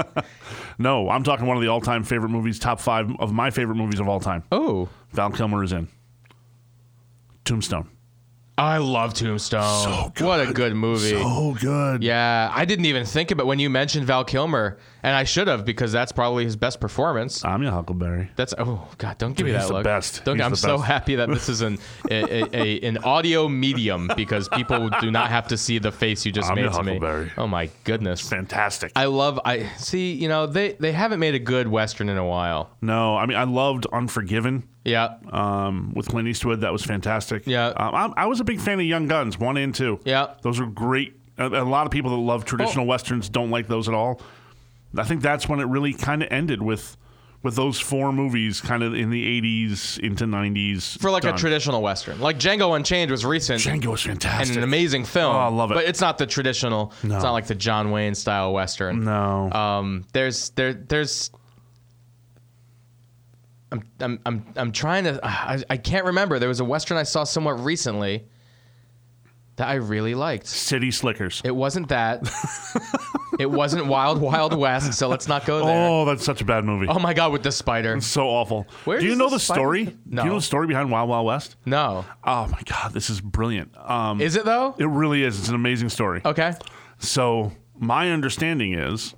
Speaker 3: no, I'm talking one of the all-time favorite movies, top five of my favorite movies of all time.
Speaker 2: oh.
Speaker 3: Val Kilmer is in Tombstone.
Speaker 2: I love Tombstone.
Speaker 3: So
Speaker 2: What a good movie.
Speaker 3: Oh, good.
Speaker 2: yeah, I didn't even think about when you mentioned Val Kilmer, and I should have because that's probably his best performance.
Speaker 3: I'm your Huckleberry.
Speaker 2: That's oh god, don't give me
Speaker 3: He's
Speaker 2: that
Speaker 3: the
Speaker 2: look.
Speaker 3: best.
Speaker 2: Don't,
Speaker 3: He's
Speaker 2: I'm
Speaker 3: the
Speaker 2: so
Speaker 3: best.
Speaker 2: happy that this is an a, a, a- an audio medium because people do not have to see the face you just
Speaker 3: I'm
Speaker 2: made
Speaker 3: your
Speaker 2: to me.
Speaker 3: Huckleberry.
Speaker 2: Oh my goodness.
Speaker 3: Fantastic.
Speaker 2: I love I see, you know, they they haven't made a good western in a while.
Speaker 3: no, I mean I loved Unforgiven
Speaker 2: Yeah.
Speaker 3: um, with Clint Eastwood. That was fantastic.
Speaker 2: Yeah.
Speaker 3: um, I, I was a big fan of Young Guns one and two.
Speaker 2: Yeah.
Speaker 3: those were great. A, a lot of people that love traditional
Speaker 2: Oh.
Speaker 3: westerns don't like those at all. I think that's when it really kind of ended with with those four movies, kind of in the '80s into '90s.
Speaker 2: For like
Speaker 3: done.
Speaker 2: a traditional western. Like Django Unchained was recent.
Speaker 3: Django was
Speaker 2: and
Speaker 3: fantastic.
Speaker 2: an amazing film.
Speaker 3: Oh, I love it.
Speaker 2: But it's not the traditional.
Speaker 3: No.
Speaker 2: It's not like the John Wayne style western.
Speaker 3: no,
Speaker 2: Um, there's there there's I'm I'm I'm I'm trying to I, I can't remember. There was a western I saw somewhat recently that I really liked.
Speaker 3: City Slickers.
Speaker 2: It wasn't that. it wasn't Wild Wild West, so let's not go there. Oh,
Speaker 3: Oh, that's such a bad movie.
Speaker 2: my god, with the spider.
Speaker 3: So awful.
Speaker 2: Where
Speaker 3: Do you
Speaker 2: does
Speaker 3: know
Speaker 2: the
Speaker 3: the
Speaker 2: spider-
Speaker 3: story?
Speaker 2: No.
Speaker 3: Do you know the story behind Wild Wild West?
Speaker 2: No.
Speaker 3: Oh my god, this is brilliant. Um,
Speaker 2: Is it though?
Speaker 3: it really is. It's an amazing story.
Speaker 2: Okay.
Speaker 3: So my understanding is,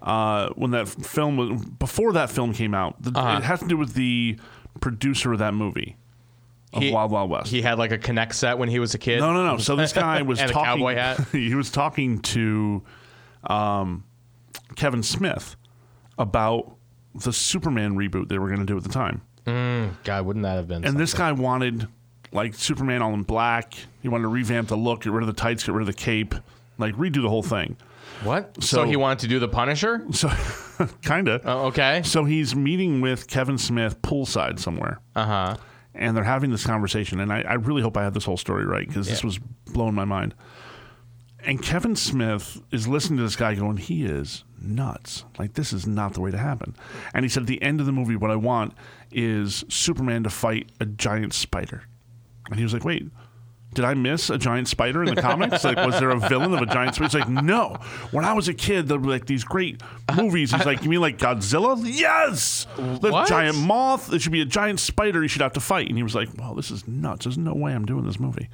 Speaker 3: uh, when that film was before that film came out, the,
Speaker 2: Uh-huh.
Speaker 3: it has to do with the producer of that movie, of
Speaker 2: He-
Speaker 3: Wild Wild West.
Speaker 2: He had like a Connect set when he was a kid.
Speaker 3: no, no, no. So this guy was
Speaker 2: And a
Speaker 3: talking.
Speaker 2: cowboy hat.
Speaker 3: he was talking to um, Kevin Smith about the Superman reboot they were going to do at the time.
Speaker 2: God, wouldn't that have been?
Speaker 3: And this guy wanted like Superman all in black. He wanted to revamp the look, get rid of the tights, get rid of the cape, like redo the whole thing.
Speaker 2: what? so
Speaker 3: so-
Speaker 2: he wanted to do the Punisher?
Speaker 3: So kind of.
Speaker 2: Oh, okay.
Speaker 3: So he's meeting with Kevin Smith poolside somewhere.
Speaker 2: Uh huh.
Speaker 3: and they're having this conversation. And I, I really hope I have this whole story right because this
Speaker 2: Yeah.
Speaker 3: was blowing my mind. And Kevin Smith is listening to this guy going, he is nuts. Like, this is not the way to happen. And he said, at the end of the movie, what I want is Superman to fight a giant spider. And he was like, wait. Did I miss a giant spider in the comics? like, was there a villain of a giant spider? He's like, no. When I was a kid, there were like these great movies. He's like, you mean like Godzilla? Yes. The
Speaker 2: What?
Speaker 3: giant moth. There should be a giant spider you should have to fight. And he was like, Well, this is nuts. There's no way I'm doing this movie.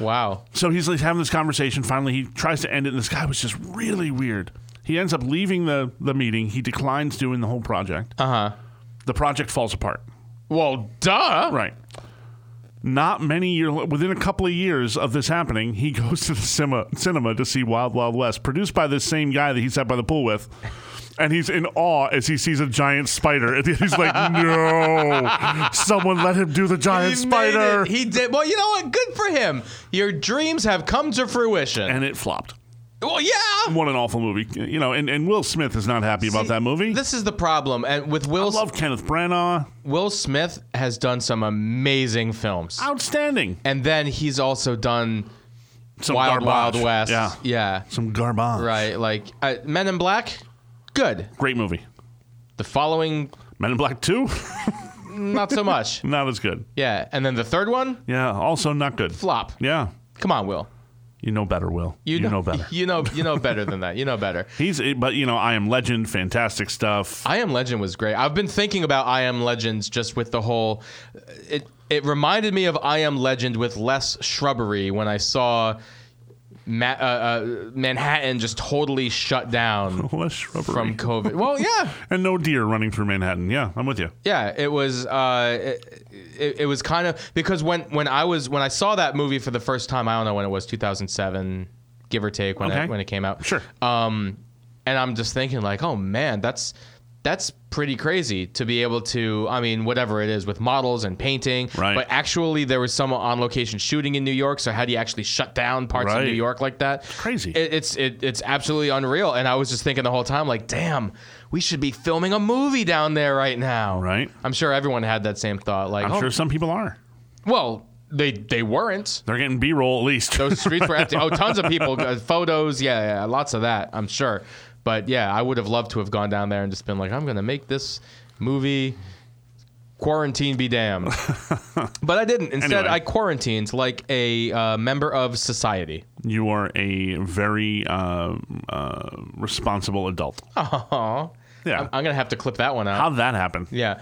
Speaker 2: Wow.
Speaker 3: So he's like having this conversation. Finally, he tries to end it. And this guy was just really weird. He ends up leaving the, the meeting. He declines doing the whole project.
Speaker 2: Uh huh.
Speaker 3: The project falls apart.
Speaker 2: Well, duh.
Speaker 3: Right. Not many year within a couple of years of this happening, he goes to the cinema, cinema to see Wild Wild West, produced by this same guy that he sat by the pool with. And he's in awe as he sees a giant spider. And he's like, "No! Someone let him do the giant
Speaker 2: He made
Speaker 3: spider!"
Speaker 2: it. He did. Well, you know what? Good for him. Your dreams have come to fruition.
Speaker 3: and it flopped.
Speaker 2: well, yeah.
Speaker 3: What an awful movie, you know. And, and Will Smith is not happy about
Speaker 2: See,
Speaker 3: that movie.
Speaker 2: This is the problem. And with Will,
Speaker 3: I love Kenneth Branagh,
Speaker 2: Will Smith has done some amazing films,
Speaker 3: outstanding.
Speaker 2: and then he's also done
Speaker 3: Some
Speaker 2: Wild
Speaker 3: garbage.
Speaker 2: Wild West.
Speaker 3: yeah,
Speaker 2: yeah,
Speaker 3: some garbage.
Speaker 2: right. Like uh, Men in Black, good.
Speaker 3: great movie.
Speaker 2: The following,
Speaker 3: Men in Black Two,
Speaker 2: not so much.
Speaker 3: not as good.
Speaker 2: yeah, and then the third one,
Speaker 3: Yeah, also not good.
Speaker 2: flop.
Speaker 3: Yeah,
Speaker 2: Come on, Will.
Speaker 3: you know better, Will. You, know, better.
Speaker 2: You know, you know better than that. You know better.
Speaker 3: He's, but you know, I am Legend, fantastic stuff.
Speaker 2: I Am Legend was great. I've been thinking about I Am Legends just with the whole. It it reminded me of I Am Legend with less shrubbery when I saw Ma- uh, uh, Manhattan just totally shut down
Speaker 3: Less shrubbery
Speaker 2: from COVID. Well, yeah,
Speaker 3: and no deer running through Manhattan. Yeah, I'm with you.
Speaker 2: yeah. It was uh, it, it, it was kind of because when when I was when I saw that movie for the first time, I don't know when it was 2007, give or take when
Speaker 3: Okay.
Speaker 2: it, when it came out.
Speaker 3: Sure.
Speaker 2: um, and I'm just thinking like, oh man, that's that's pretty crazy to be able to. I mean, whatever it is with models and painting,
Speaker 3: Right.
Speaker 2: But actually, there was some on location shooting in New York. So how do you actually shut down parts of
Speaker 3: Right.
Speaker 2: New York like that?
Speaker 3: crazy.
Speaker 2: It, it's it, it's absolutely unreal. And I was just thinking the whole time like, damn, we should be filming a movie down there right now.
Speaker 3: Right.
Speaker 2: I'm sure everyone had that same thought. Like,
Speaker 3: I'm
Speaker 2: oh,
Speaker 3: sure some people are.
Speaker 2: well, they they weren't.
Speaker 3: They're getting B-roll at least.
Speaker 2: Those streets were empty. Oh, tons of people, uh, photos, yeah, yeah, lots of that, I'm sure. But yeah, I would have loved to have gone down there and just been like, I'm gonna make this movie. Quarantine be damned. but I didn't. Instead,
Speaker 3: Anyway.
Speaker 2: I quarantined like a uh, member of society.
Speaker 3: you are a very uh, uh, responsible adult.
Speaker 2: Aw.
Speaker 3: Yeah.
Speaker 2: Oh, I'm, I'm gonna have to clip that one out.
Speaker 3: How'd that happen?
Speaker 2: yeah.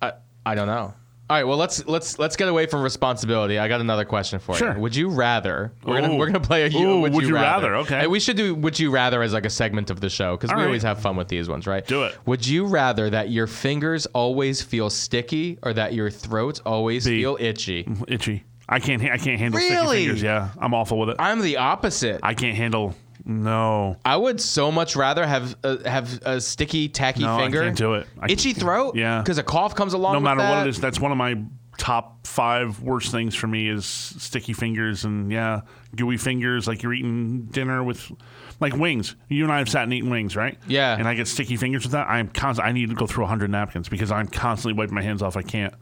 Speaker 2: I I don't know. All right, well let's let's let's get away from responsibility. I got another question for
Speaker 3: Sure.
Speaker 2: you. Would you rather? We're gonna
Speaker 3: Ooh.
Speaker 2: we're gonna play a you,
Speaker 3: Ooh,
Speaker 2: would, you rather.
Speaker 3: okay.
Speaker 2: And we should do would you rather as like a segment of the show because we
Speaker 3: right.
Speaker 2: always have fun with these ones, right?
Speaker 3: Do it.
Speaker 2: Would you rather that your fingers always feel sticky or that your throat always
Speaker 3: B.
Speaker 2: feel itchy?
Speaker 3: Mm-hmm. Itchy. I can't. ha- I can't handle sticky
Speaker 2: Really?
Speaker 3: fingers. Yeah, I'm awful with it. I,
Speaker 2: I'm the opposite. I,
Speaker 3: can't handle. No.
Speaker 2: would so much rather have uh, have a sticky, tacky
Speaker 3: No, I
Speaker 2: finger.
Speaker 3: can't do it. I
Speaker 2: itchy
Speaker 3: can't-
Speaker 2: throat.
Speaker 3: Yeah.
Speaker 2: because a cough comes along.
Speaker 3: No
Speaker 2: with
Speaker 3: matter what
Speaker 2: that.
Speaker 3: it is, that's one of my top five worst things for me is sticky fingers and yeah, gooey fingers. Like you're eating dinner with, like wings. You and I have sat and eaten wings, right?
Speaker 2: Yeah.
Speaker 3: And I get sticky fingers with that. I'm constant. I need to go through hundred napkins because I'm constantly wiping my hands off. I can't.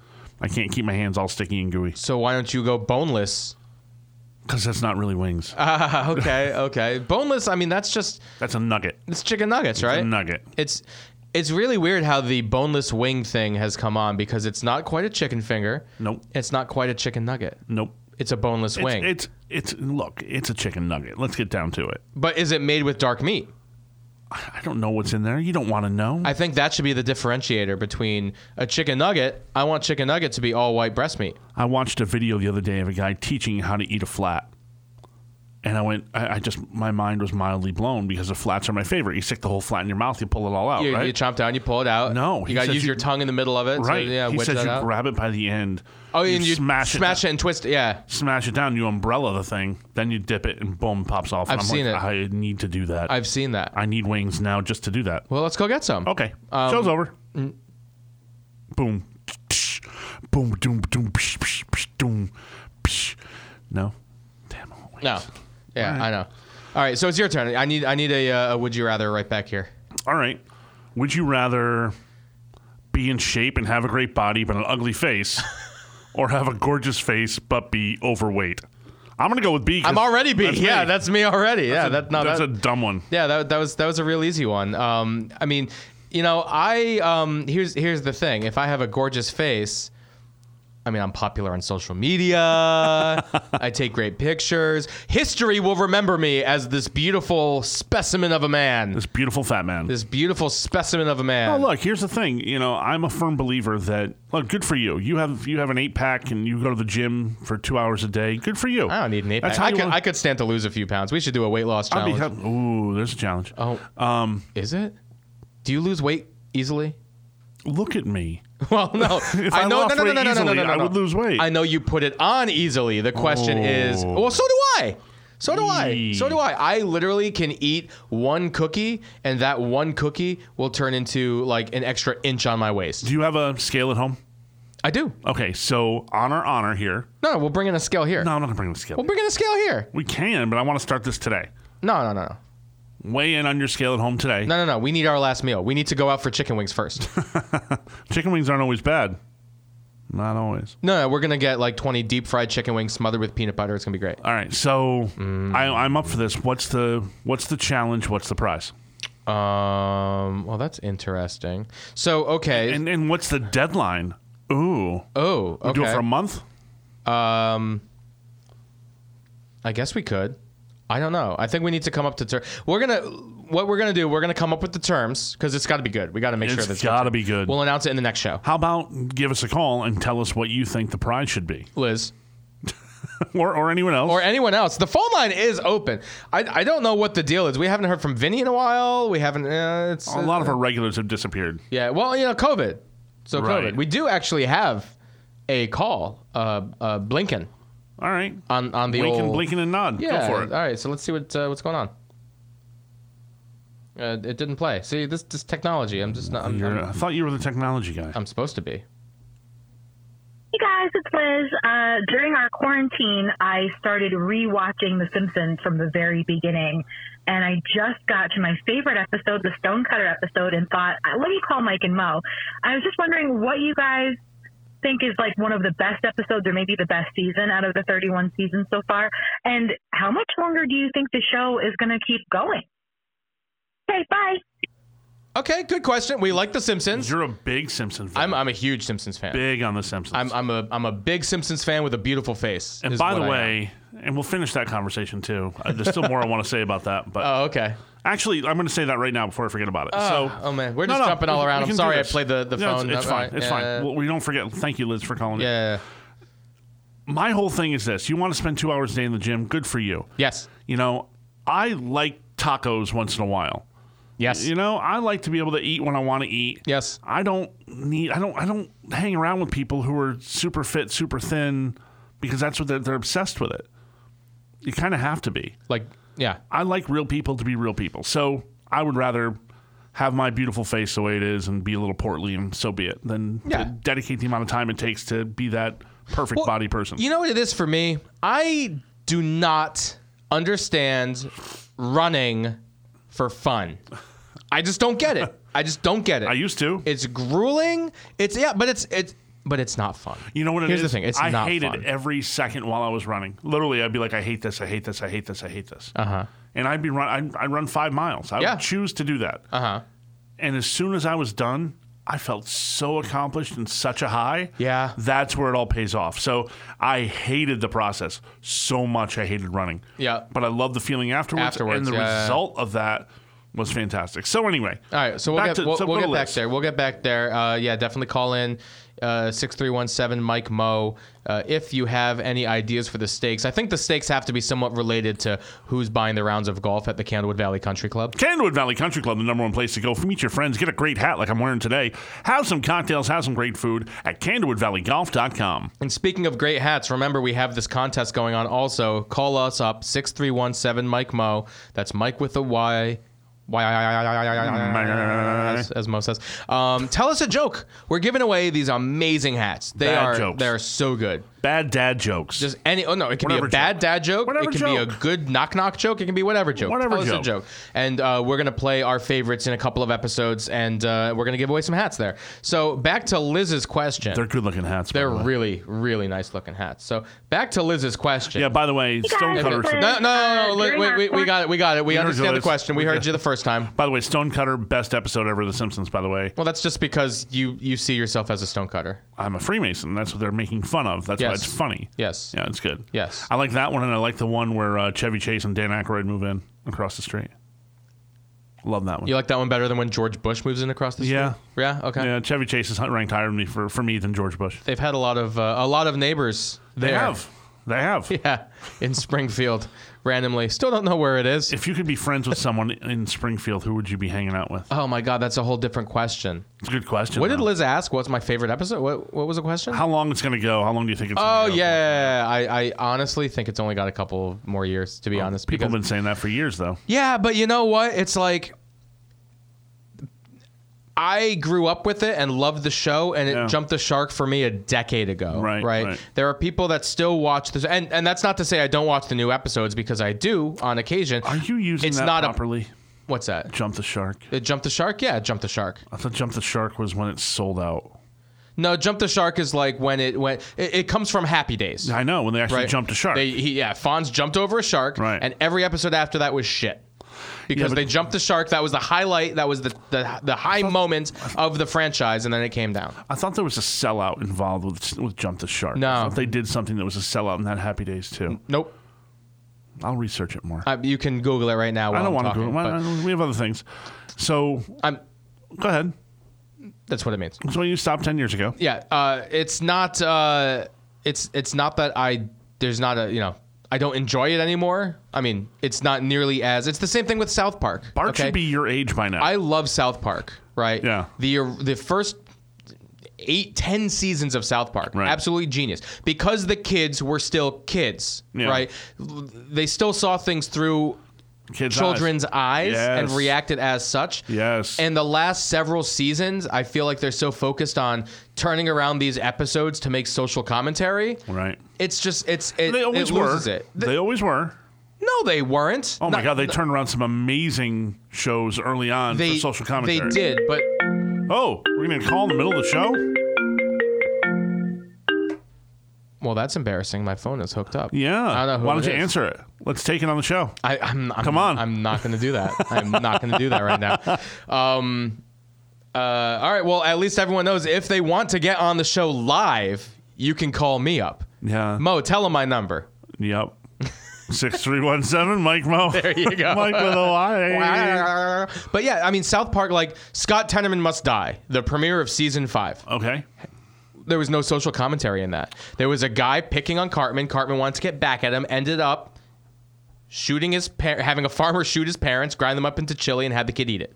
Speaker 3: I can't keep my hands all sticky and gooey
Speaker 2: So why don't you go boneless?
Speaker 3: because that's not really wings.
Speaker 2: Ah, okay, okay. Boneless. I mean, that's just
Speaker 3: that's a nugget.
Speaker 2: it's chicken nuggets, right?
Speaker 3: A nugget.
Speaker 2: It's It's really weird how the boneless wing thing has come on because it's not quite a chicken finger.
Speaker 3: Nope.
Speaker 2: It's not quite a chicken nugget.
Speaker 3: Nope.
Speaker 2: It's a boneless
Speaker 3: It's,
Speaker 2: wing.
Speaker 3: it's it's look, it's a chicken nugget. Let's get down to it.
Speaker 2: but is it made with dark meat?
Speaker 3: I don't know what's in there. You don't want to know.
Speaker 2: I think that should be the differentiator between a chicken nugget. I want chicken nugget to be all white breast meat.
Speaker 3: I watched a video the other day of a guy teaching how to eat a flat. And I went, I, I just, my mind was mildly blown because the flats are my favorite. You stick the whole flat in your mouth, you pull it all out,
Speaker 2: You,
Speaker 3: right?
Speaker 2: you chomp down, you pull it out.
Speaker 3: No,
Speaker 2: you
Speaker 3: he
Speaker 2: got to
Speaker 3: says
Speaker 2: use
Speaker 3: you-
Speaker 2: your tongue in the middle of it.
Speaker 3: right.
Speaker 2: So, yeah,
Speaker 3: he
Speaker 2: which
Speaker 3: says
Speaker 2: that
Speaker 3: you
Speaker 2: out.
Speaker 3: grab it by the end.
Speaker 2: Oh, and you
Speaker 3: smash,
Speaker 2: smash
Speaker 3: it,
Speaker 2: it and twist. it. Yeah,
Speaker 3: Smash it down. You umbrella the thing. Then you dip it and boom, pops off.
Speaker 2: I've
Speaker 3: I'm
Speaker 2: seen
Speaker 3: like,
Speaker 2: it.
Speaker 3: I need to do that.
Speaker 2: I've seen that.
Speaker 3: I need wings now just to do that.
Speaker 2: well, let's go get some.
Speaker 3: Okay.
Speaker 2: Um,
Speaker 3: Show's over.
Speaker 2: mm.
Speaker 3: Boom. Boom, doom, doom, psh, psh, psh, doom, psh. No. Damn. all wings.
Speaker 2: No. Yeah,
Speaker 3: Alright.
Speaker 2: I know. All right, so it's your turn. I need I need a, uh, a would you rather right back here.
Speaker 3: All right. Would you rather be in shape and have a great body but an ugly face or have a gorgeous face but be overweight? I'm going to go with B. 'cause
Speaker 2: I'm already B.
Speaker 3: that's me.
Speaker 2: yeah, that's me already. yeah,
Speaker 3: a-
Speaker 2: that, no,
Speaker 3: that's
Speaker 2: that-
Speaker 3: a dumb one.
Speaker 2: Yeah, that, that was that was a real easy one. Um, I mean, you know, I um, here's here's the thing. If I have a gorgeous face, I mean, I'm popular on social media. I take great pictures. History will remember me as this beautiful specimen of a man.
Speaker 3: This beautiful fat man.
Speaker 2: This beautiful specimen of a man.
Speaker 3: Oh, look, here's the thing. You know, I'm a firm believer that look, good for you. You have you have an eight pack and you go to the gym for two hours a day. Good for you.
Speaker 2: I don't need an eight
Speaker 3: That's
Speaker 2: pack.
Speaker 3: how
Speaker 2: I
Speaker 3: you
Speaker 2: could
Speaker 3: wanna-
Speaker 2: I could stand to lose a few pounds. We should do a weight loss
Speaker 3: I'd be
Speaker 2: challenge.
Speaker 3: hap- Ooh, there's a challenge.
Speaker 2: oh, um, is it? Do you lose weight easily?
Speaker 3: Look at me.
Speaker 2: Well, no.
Speaker 3: If I lost weight easily, I would lose weight.
Speaker 2: I know you put it on easily. The question is,
Speaker 3: Oh.
Speaker 2: well, so do I. So do I.
Speaker 3: Yee.
Speaker 2: So do I. I literally can eat one cookie, and that one cookie will turn into like an extra inch on my waist.
Speaker 3: Do you have a scale at home?
Speaker 2: I do.
Speaker 3: Okay, so honor honor here.
Speaker 2: No, we'll bring in a scale here.
Speaker 3: No, I'm not gonna bring the scale.
Speaker 2: We'll bring in a scale here.
Speaker 3: We can, but I want to start this today.
Speaker 2: No, no, no, no.
Speaker 3: Weigh in on your scale at home today.
Speaker 2: No, no, no. We need our last meal. We need to go out for chicken wings first.
Speaker 3: Chicken wings aren't always bad. Not always.
Speaker 2: no, no. We're going to get like 20 deep fried chicken wings smothered with peanut butter. It's going to be great.
Speaker 3: All right, so
Speaker 2: Mm.
Speaker 3: I, I'm up for this. What's the what's the challenge? What's the prize?
Speaker 2: Um, well, that's interesting. So, okay.
Speaker 3: And and what's the deadline? Ooh,
Speaker 2: oh, okay.
Speaker 3: do it for a month.
Speaker 2: Um, I guess we could. I don't know. I think we need to come up to ter- we're gonna what we're gonna do. We're gonna come up with the terms because it's got to be good. We got to make sure
Speaker 3: It's
Speaker 2: that it's
Speaker 3: gotta be good.
Speaker 2: We'll announce it in the next show.
Speaker 3: How about give us a call and tell us what you think the prize should be,
Speaker 2: Liz
Speaker 3: or or anyone else?
Speaker 2: or anyone else. The phone line is open. I, I don't know what the deal is. We haven't heard from Vinny in a while. We haven't. Uh, it's
Speaker 3: a lot of our regulars have disappeared.
Speaker 2: yeah. Well, you know, COVID. So
Speaker 3: Right.
Speaker 2: COVID. We do actually have a call. Uh, uh, Blinken
Speaker 3: All right,
Speaker 2: on on the
Speaker 3: blink
Speaker 2: old
Speaker 3: and blink and nod.
Speaker 2: Yeah.
Speaker 3: Go for
Speaker 2: All
Speaker 3: it.
Speaker 2: right. So let's see what uh, what's going on. Uh, it didn't play. See this this technology. I'm just not. I'm,
Speaker 3: You're- I
Speaker 2: I'm,
Speaker 3: thought you were the technology guy.
Speaker 2: I'm supposed to be.
Speaker 5: Hey guys, it's Liz. Uh, during our quarantine, I started rewatching The Simpsons from the very beginning, and I just got to my favorite episode, the Stonecutter episode, and thought, "Uh, let me call Mike and Mo. I was just wondering what you guys think is like one of the best episodes, or maybe the best season out of the 31 seasons so far, and how much longer do you think the show is going to keep going? Okay, bye.
Speaker 2: Okay. Good question. We like The Simpsons.
Speaker 3: You're a big Simpson fan.
Speaker 2: I'm I'm a huge Simpsons fan.
Speaker 3: big on the Simpsons.
Speaker 2: I'm I'm a I'm a big Simpsons fan with a beautiful face.
Speaker 3: and
Speaker 2: is
Speaker 3: by
Speaker 2: what
Speaker 3: the
Speaker 2: I am.
Speaker 3: way, and we'll finish that conversation too. Uh, there's still more I want to say about that, but
Speaker 2: Oh, okay.
Speaker 3: actually, I'm going to say that right now before I forget about it. so,
Speaker 2: oh, man. We're just jumping all
Speaker 3: we- we
Speaker 2: around. I'm
Speaker 3: can do
Speaker 2: sorry I
Speaker 3: this.
Speaker 2: played the- the
Speaker 3: No, it's-
Speaker 2: phone.
Speaker 3: It's,
Speaker 2: All
Speaker 3: fine.
Speaker 2: right.
Speaker 3: It's
Speaker 2: Yeah, yeah, yeah.
Speaker 3: fine. Well, we don't forget. Thank you, Liz, for calling. in.
Speaker 2: Yeah.
Speaker 3: My whole thing is this: you want to spend two hours a day in the gym? Good for you.
Speaker 2: Yes.
Speaker 3: You know, I like tacos once in a while.
Speaker 2: Yes.
Speaker 3: You know, I like to be able to eat when I want to eat.
Speaker 2: Yes.
Speaker 3: I don't need. I don't. I don't hang around with people who are super fit, super thin, because that's what they're, they're obsessed with. It. You kind of have to be.
Speaker 2: Like yeah.
Speaker 3: I like real people to be real people. So I would rather have my beautiful face the way it is and be a little portly and so be it than
Speaker 2: Yeah.
Speaker 3: to dedicate the amount of time it takes to be that perfect
Speaker 2: Well,
Speaker 3: body person.
Speaker 2: You know what it is for me? I do not understand running for fun. I just don't get it. I just don't get it.
Speaker 3: I used to.
Speaker 2: It's grueling. It's yeah, but it's it's but it's not fun.
Speaker 3: you know what it
Speaker 2: Here's
Speaker 3: is?
Speaker 2: the thing. It's
Speaker 3: I
Speaker 2: not
Speaker 3: hated
Speaker 2: fun.
Speaker 3: every second while I was running. Literally, I'd be like, I hate this. I hate this. I hate this. I hate this. Uh huh. And I'd be run. I'd, I'd run five miles. I
Speaker 2: Uh-huh. Yeah. Uh-huh.
Speaker 3: would choose to do that. Uh huh. And as soon as I was done, I felt so accomplished and such a high.
Speaker 2: Yeah.
Speaker 3: That's where it all pays off. So I hated the process so much. I hated running.
Speaker 2: Yeah.
Speaker 3: But I loved the feeling afterwards.
Speaker 2: Afterwards,
Speaker 3: And the
Speaker 2: yeah, yeah, yeah.
Speaker 3: result of that was fantastic. So anyway.
Speaker 2: All right, so we'll
Speaker 3: back
Speaker 2: get
Speaker 3: to-
Speaker 2: we'll,
Speaker 3: so
Speaker 2: we'll
Speaker 3: go
Speaker 2: get
Speaker 3: to
Speaker 2: back
Speaker 3: Liz.
Speaker 2: there. We'll get back there. Uh, yeah, definitely call in uh, six three one seven Mike Mo uh, if you have any ideas for the stakes. I think the stakes have to be somewhat related to who's buying the rounds of golf at the Candlewood Valley Country Club.
Speaker 3: Candlewood Valley Country Club, the number one place to go. Meet your friends, get a great hat like I'm wearing today. Have some cocktails, have some great food at candlewoodvalleygolf.com.
Speaker 2: And speaking of great hats, remember we have this contest going on also. Call us up 6317 Mike Mo. That's Mike with a Y. Y- as, as Mo says, um, tell us a joke. We're giving away these amazing hats. They
Speaker 3: Bad
Speaker 2: are
Speaker 3: jokes.
Speaker 2: they are so good.
Speaker 3: Bad dad jokes.
Speaker 2: Just any oh no, it can
Speaker 3: Whatever
Speaker 2: be a bad
Speaker 3: joke.
Speaker 2: dad joke.
Speaker 3: Whatever
Speaker 2: it can be a
Speaker 3: joke.
Speaker 2: good knock knock joke. It can be whatever joke.
Speaker 3: Whatever
Speaker 2: Tell us
Speaker 3: joke.
Speaker 2: a joke. And uh, we're gonna play our favorites in a couple of episodes, and uh, we're gonna give away some hats there. So back to Liz's question.
Speaker 3: They're good looking hats. by
Speaker 2: They're
Speaker 3: the way.
Speaker 2: really, really nice looking hats. So back to Liz's question.
Speaker 3: Yeah, by the way,
Speaker 5: guys,
Speaker 3: Stonecutter.
Speaker 5: it's
Speaker 2: No, no, no, no.
Speaker 5: Uh,
Speaker 2: Liz,
Speaker 5: during
Speaker 2: wait,
Speaker 5: our
Speaker 2: wait, we
Speaker 5: fourth-
Speaker 2: got it. We got it. We
Speaker 3: heard you,
Speaker 2: understand the
Speaker 3: Liz.
Speaker 2: question. We
Speaker 3: We
Speaker 2: heard
Speaker 3: got-
Speaker 2: you the first time.
Speaker 3: By the way, Stonecutter, best episode ever of The Simpsons, by the way.
Speaker 2: Well, that's just because you you see yourself as a stonecutter.
Speaker 3: I'm a Freemason. That's what they're making fun of. That's why
Speaker 2: Yes.
Speaker 3: it's funny.
Speaker 2: Yes.
Speaker 3: Yeah, it's good.
Speaker 2: Yes.
Speaker 3: I like that one, and I like the one where uh, Chevy Chase and Dan Aykroyd move in across the street. Love that one.
Speaker 2: You like that one better than when George Bush moves in across the street?
Speaker 3: Yeah.
Speaker 2: Yeah. Okay.
Speaker 3: Yeah, Chevy Chase is ranked higher than me for, for me than George Bush.
Speaker 2: They've had a lot of uh, a lot of neighbors.
Speaker 3: They
Speaker 2: there.
Speaker 3: have. They have.
Speaker 2: Yeah, in Springfield, randomly. Still don't know where it is.
Speaker 3: If you could be friends with someone in Springfield, who would you be hanging out with?
Speaker 2: oh my God, that's a whole different question.
Speaker 3: It's a good question.
Speaker 2: What did
Speaker 3: though.
Speaker 2: Liz ask? What's my favorite episode? What What was the question?
Speaker 3: How long it's going to go? How long do you think it's
Speaker 2: Oh
Speaker 3: gonna go?
Speaker 2: yeah, I, I honestly think it's only got a couple more years to be honest.
Speaker 3: Oh, People
Speaker 2: because-
Speaker 3: have been saying that for years, though.
Speaker 2: yeah, but you know what? It's like I grew up with it and loved the show, and it
Speaker 3: Yeah.
Speaker 2: jumped the shark for me a decade ago.
Speaker 3: Right,
Speaker 2: right.
Speaker 3: right.
Speaker 2: There are people that still watch this, and and that's not to say I don't watch the new episodes because I do on occasion.
Speaker 3: Are you using
Speaker 2: It's
Speaker 3: that
Speaker 2: not a-
Speaker 3: properly?
Speaker 2: What's that?
Speaker 3: Jump the shark.
Speaker 2: It jumped the shark? Yeah, it jumped the shark.
Speaker 3: I thought Jump the Shark was when it's sold out.
Speaker 2: No, jump the shark is like when it when it, it comes from Happy Days.
Speaker 3: I know when they actually jumped a shark.
Speaker 2: They, he, yeah, Fonz jumped over a shark,
Speaker 3: Right.
Speaker 2: and every episode after that was shit. Because
Speaker 3: but-
Speaker 2: they jumped the shark, that was the highlight, that was the the, the high moment of the franchise, and then it came down.
Speaker 3: I thought there was a sellout involved with with Jump the Shark.
Speaker 2: No.
Speaker 3: I thought they did something that was a sellout in that Happy Days too.
Speaker 2: Nope,
Speaker 3: I'll research it more. I,
Speaker 2: uh, you can Google it right now. While I don't
Speaker 3: don't want to
Speaker 2: want
Speaker 3: go. why-
Speaker 2: to.
Speaker 3: We have other things. So
Speaker 2: I'm.
Speaker 3: go ahead.
Speaker 2: That's what it means.
Speaker 3: So you stopped ten years ago.
Speaker 2: Yeah, uh, it's not. Uh, it's it's not that I there's not a you know I don't enjoy it anymore. I mean, it's not nearly as. It's the same thing with South Park.
Speaker 3: Bart
Speaker 2: okay?
Speaker 3: should be your age by now.
Speaker 2: I love South Park, right?
Speaker 3: Yeah.
Speaker 2: The the first eight, ten seasons of South Park,
Speaker 3: Right.
Speaker 2: absolutely genius. Because the kids were still kids,
Speaker 3: Yeah.
Speaker 2: right? They still saw things through
Speaker 3: Kids' eyes.
Speaker 2: children's eyes, and
Speaker 3: Yes.
Speaker 2: reacted as such.
Speaker 3: Yes.
Speaker 2: And the last several seasons, I feel like they're so focused on turning around these episodes to make social commentary.
Speaker 3: Right.
Speaker 2: It's just it's it,
Speaker 3: They always
Speaker 2: it
Speaker 3: were.
Speaker 2: loses it.
Speaker 3: They always were.
Speaker 2: no, they weren't.
Speaker 3: Oh my
Speaker 2: Not-
Speaker 3: God! They turned around some amazing shows early on
Speaker 2: they
Speaker 3: for social commentary.
Speaker 2: They did, but
Speaker 3: Oh, we're gonna call in the middle of the show.
Speaker 2: Well, that's embarrassing. My phone is hooked up.
Speaker 3: Yeah.
Speaker 2: I don't know who
Speaker 3: Why don't
Speaker 2: it
Speaker 3: you
Speaker 2: is.
Speaker 3: answer it? Let's take it on the show.
Speaker 2: I, I'm, I'm,
Speaker 3: Come on.
Speaker 2: I'm not going to do that. I'm not going to do that right now. Um, uh, all right. Well, at least everyone knows if they want to get on the show live, you can call me up.
Speaker 3: Yeah.
Speaker 2: Mo, tell them my number.
Speaker 3: Yep. Six three one seven, Mike Mo. There
Speaker 2: you go.
Speaker 3: Mike with a Y.
Speaker 2: But yeah, I mean, South Park, like Scott Tenorman Must Die, the premiere of season five.
Speaker 3: Okay.
Speaker 2: There was no social commentary in that. There was a guy picking on Cartman. Cartman wanted to get back at him, ended up shooting his par- having a farmer shoot his parents, grind them up into chili, and had the kid eat it.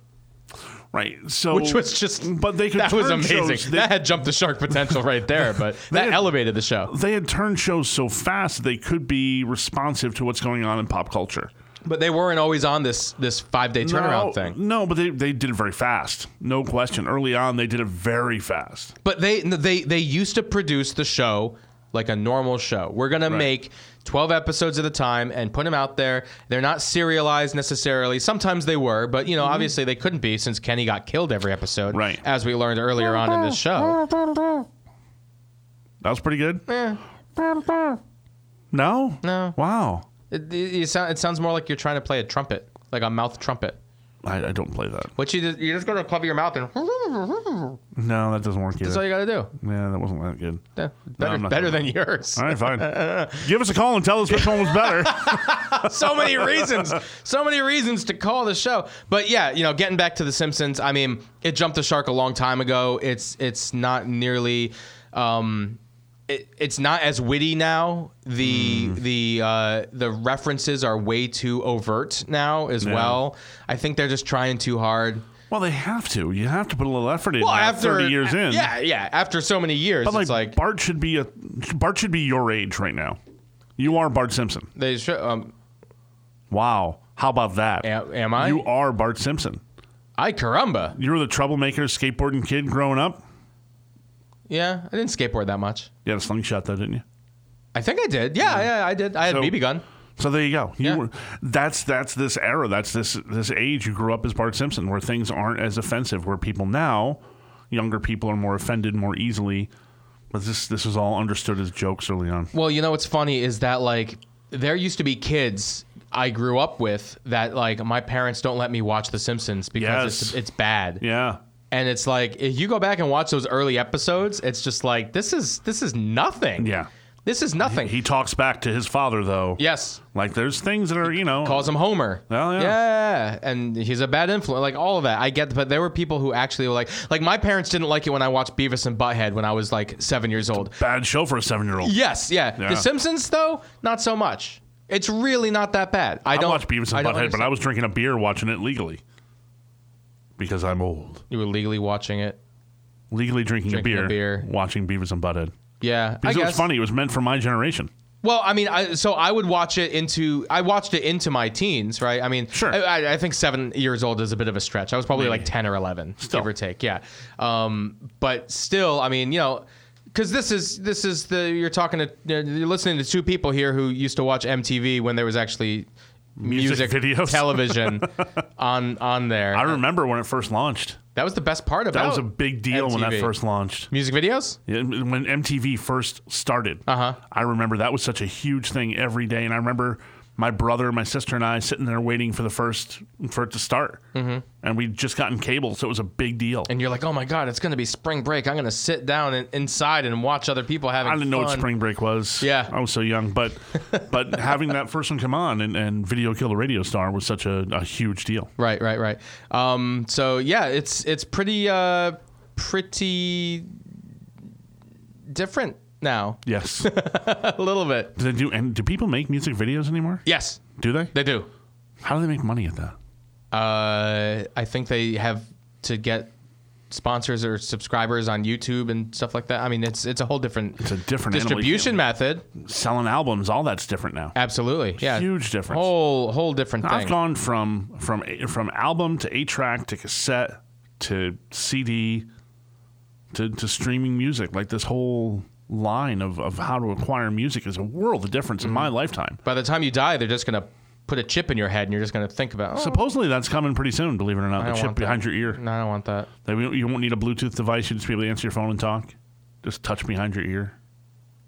Speaker 3: Right. So
Speaker 2: Which was just
Speaker 3: but they could
Speaker 2: that was
Speaker 3: turn
Speaker 2: amazing.
Speaker 3: shows- they,
Speaker 2: that had jumped the shark potential right there, but that
Speaker 3: had-
Speaker 2: elevated the show.
Speaker 3: they had turned shows so fast they could be responsive to what's going on in pop culture.
Speaker 2: But they weren't always on this this five day turnaround
Speaker 3: no,
Speaker 2: thing.
Speaker 3: No, but they, they did it very fast. No question. Early on they did it very fast.
Speaker 2: But they they they used to produce the show like a normal show. We're gonna make twelve episodes at a time and put them out there. They're not serialized necessarily. Sometimes they were, but you know, obviously they couldn't be since Kenny got killed every episode,
Speaker 3: Mm-hmm. Right.
Speaker 2: As we learned earlier on in this show.
Speaker 3: That was pretty good. No?
Speaker 2: No.
Speaker 3: Wow.
Speaker 2: It, it, it sound- it sounds more like you're trying to play a trumpet, like a mouth trumpet.
Speaker 3: I, I don't play that.
Speaker 2: What you just, you're just gonna cover your mouth and
Speaker 3: No, that doesn't work either.
Speaker 2: that's all you gotta do.
Speaker 3: yeah, that wasn't that good.
Speaker 2: Yeah, better
Speaker 3: I'm not
Speaker 2: better than
Speaker 3: doing
Speaker 2: yours.
Speaker 3: All right, fine. Give us a call and tell us which one was better.
Speaker 2: so many reasons, so many reasons to call the show. But yeah, you know, getting back to The Simpsons, I mean, it jumped the shark a long time ago. It's it's not nearly, um, it, it's not as witty now. The
Speaker 3: Mm.
Speaker 2: the uh, the references are way too overt now as well. I think they're just trying too hard.
Speaker 3: well, they have to. You have to put a little effort in. now, thirty years in,
Speaker 2: yeah, yeah, after so many years,
Speaker 3: But like,
Speaker 2: it's like
Speaker 3: Bart should be a Bart should be your age right now. You are Bart Simpson.
Speaker 2: they should. Um,
Speaker 3: Wow, how about that?
Speaker 2: Am- am I?
Speaker 3: You are Bart Simpson.
Speaker 2: I caramba.
Speaker 3: You were the troublemaker, skateboarding kid growing up.
Speaker 2: Yeah, I didn't skateboard that much.
Speaker 3: You had a slingshot though, didn't you?
Speaker 2: I think I did. Yeah, yeah, I did. I had
Speaker 3: So-
Speaker 2: a BB gun.
Speaker 3: So there you go. You
Speaker 2: Yeah.
Speaker 3: were, that's that's this era. That's this this age you grew up as Bart Simpson, where things aren't as offensive. Where people now, younger people, are more offended more easily. But this this was all understood as jokes early on.
Speaker 2: Well, you know what's funny is that like there used to be kids I grew up with that like my parents don't let me watch The Simpsons because
Speaker 3: Yes.
Speaker 2: it's it's bad.
Speaker 3: Yeah,
Speaker 2: And it's like if you go back and watch those early episodes, it's just like this is this is nothing.
Speaker 3: yeah.
Speaker 2: This is nothing.
Speaker 3: He talks back to his father though.
Speaker 2: yes.
Speaker 3: like there's things that are you know.
Speaker 2: Calls him Homer.
Speaker 3: Oh, yeah.
Speaker 2: yeah, and he's a bad influence. Like all of that, I get. But there were people who actually were like, like my parents didn't like it when I watched Beavis and Butthead when I was like seven years old.
Speaker 3: bad show for a seven year old.
Speaker 2: Yes, yeah.
Speaker 3: Yeah.
Speaker 2: The Simpsons, though, not so much. It's really not that bad. I,
Speaker 3: I
Speaker 2: don't
Speaker 3: watched Beavis and
Speaker 2: don't
Speaker 3: Butthead, but I
Speaker 2: understand-
Speaker 3: was drinking a beer watching it legally because I'm old.
Speaker 2: you were legally watching it.
Speaker 3: Legally drinking,
Speaker 2: Drinking
Speaker 3: a, beer,
Speaker 2: a beer.
Speaker 3: watching Beavis and Butthead.
Speaker 2: Yeah, I
Speaker 3: Because it
Speaker 2: guess.
Speaker 3: was funny. It was meant for my generation.
Speaker 2: Well, I mean, I, so I would watch it into. I watched it into my teens, right? I mean,
Speaker 3: Sure.
Speaker 2: I- I, I think seven years old is a bit of a stretch. I was probably
Speaker 3: Maybe.
Speaker 2: like ten or eleven,
Speaker 3: Still.
Speaker 2: give or take. Yeah, um, but still, I mean, you know, because this is this is the you're talking to uh, you're listening to two people here who used to watch MTV when there was actually
Speaker 3: Music
Speaker 2: music,
Speaker 3: videos.
Speaker 2: television on on there.
Speaker 3: I remember when it first launched.
Speaker 2: That was the best part about
Speaker 3: That was a big deal when that
Speaker 2: MTV.
Speaker 3: first launched.
Speaker 2: music videos.
Speaker 3: Yeah, When MTV first started,
Speaker 2: Uh-huh.
Speaker 3: I remember that was such a huge thing every day. And I remember my brother, my sister, and I sitting there waiting for the first for it to start. Mm-hmm. And we'd just gotten cable, so it was a big deal.
Speaker 2: And you're like, oh my god, it's gonna be spring break. I'm gonna sit down and inside and watch other people having.
Speaker 3: I didn't know what
Speaker 2: fun."
Speaker 3: spring break was.
Speaker 2: Yeah.
Speaker 3: I was so young, but but having that first one come on and, and Video Kill the Radio Star was such a, a huge deal.
Speaker 2: Right, right, right. Um, so yeah, it's it's pretty uh, pretty different now,
Speaker 3: Yes. do
Speaker 2: a little bit.
Speaker 3: they do and do people make music videos anymore?
Speaker 2: Yes,
Speaker 3: Do they?
Speaker 2: they do.
Speaker 3: How do they make money at that?
Speaker 2: Uh, I think they have to get sponsors or subscribers on YouTube and stuff like that. I mean, it's it's a whole different
Speaker 3: It's a different animal. You
Speaker 2: distribution
Speaker 3: can't-
Speaker 2: method.
Speaker 3: selling albums, all that's different now.
Speaker 2: Absolutely, yeah,
Speaker 3: Huge difference.
Speaker 2: Whole whole different
Speaker 3: I've
Speaker 2: thing.
Speaker 3: gone from from from album to eight track to cassette to CD to to streaming music. Like this whole line of, of how to acquire music is a world of difference in
Speaker 2: Mm-hmm.
Speaker 3: my lifetime.
Speaker 2: By the time you die, they're just gonna put a chip in your head, and you're just gonna think about. Oh,
Speaker 3: Supposedly that's coming pretty soon. Believe it or not, the
Speaker 2: don't
Speaker 3: chip
Speaker 2: want that. Mm.
Speaker 3: behind your ear.
Speaker 2: no, I don't want that.
Speaker 3: They- You won't need a Bluetooth device. You just be able to answer your phone and talk. Just touch behind your ear.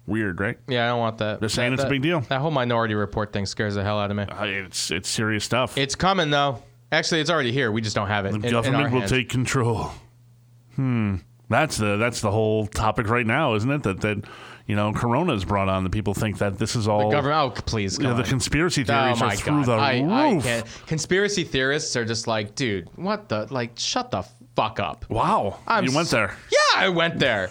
Speaker 3: Weird, right?
Speaker 2: Yeah, I don't want that.
Speaker 3: They're saying
Speaker 2: That-
Speaker 3: it's a
Speaker 2: that-
Speaker 3: big deal.
Speaker 2: That whole Minority Report thing scares the hell out of me.
Speaker 3: Uh, It's it's serious stuff.
Speaker 2: It's coming though. Actually, it's already here. We just don't have it.
Speaker 3: the
Speaker 2: in- in
Speaker 3: government
Speaker 2: our
Speaker 3: will
Speaker 2: hands.
Speaker 3: take control. Hmm. That's the that's the whole topic right now, isn't it? That that you know, Corona is brought on. That people think that this is all
Speaker 2: the government. Oh, please.
Speaker 3: Yeah,
Speaker 2: come
Speaker 3: the
Speaker 2: on.
Speaker 3: conspiracy
Speaker 2: Oh
Speaker 3: theories
Speaker 2: my
Speaker 3: are through
Speaker 2: god!
Speaker 3: the
Speaker 2: I, I
Speaker 3: roof.
Speaker 2: can't. Conspiracy theorists are just like, dude, what the? Like, shut the fuck up.
Speaker 3: Wow,
Speaker 2: I'm
Speaker 3: you went
Speaker 2: s-
Speaker 3: there.
Speaker 2: Yeah, I went there.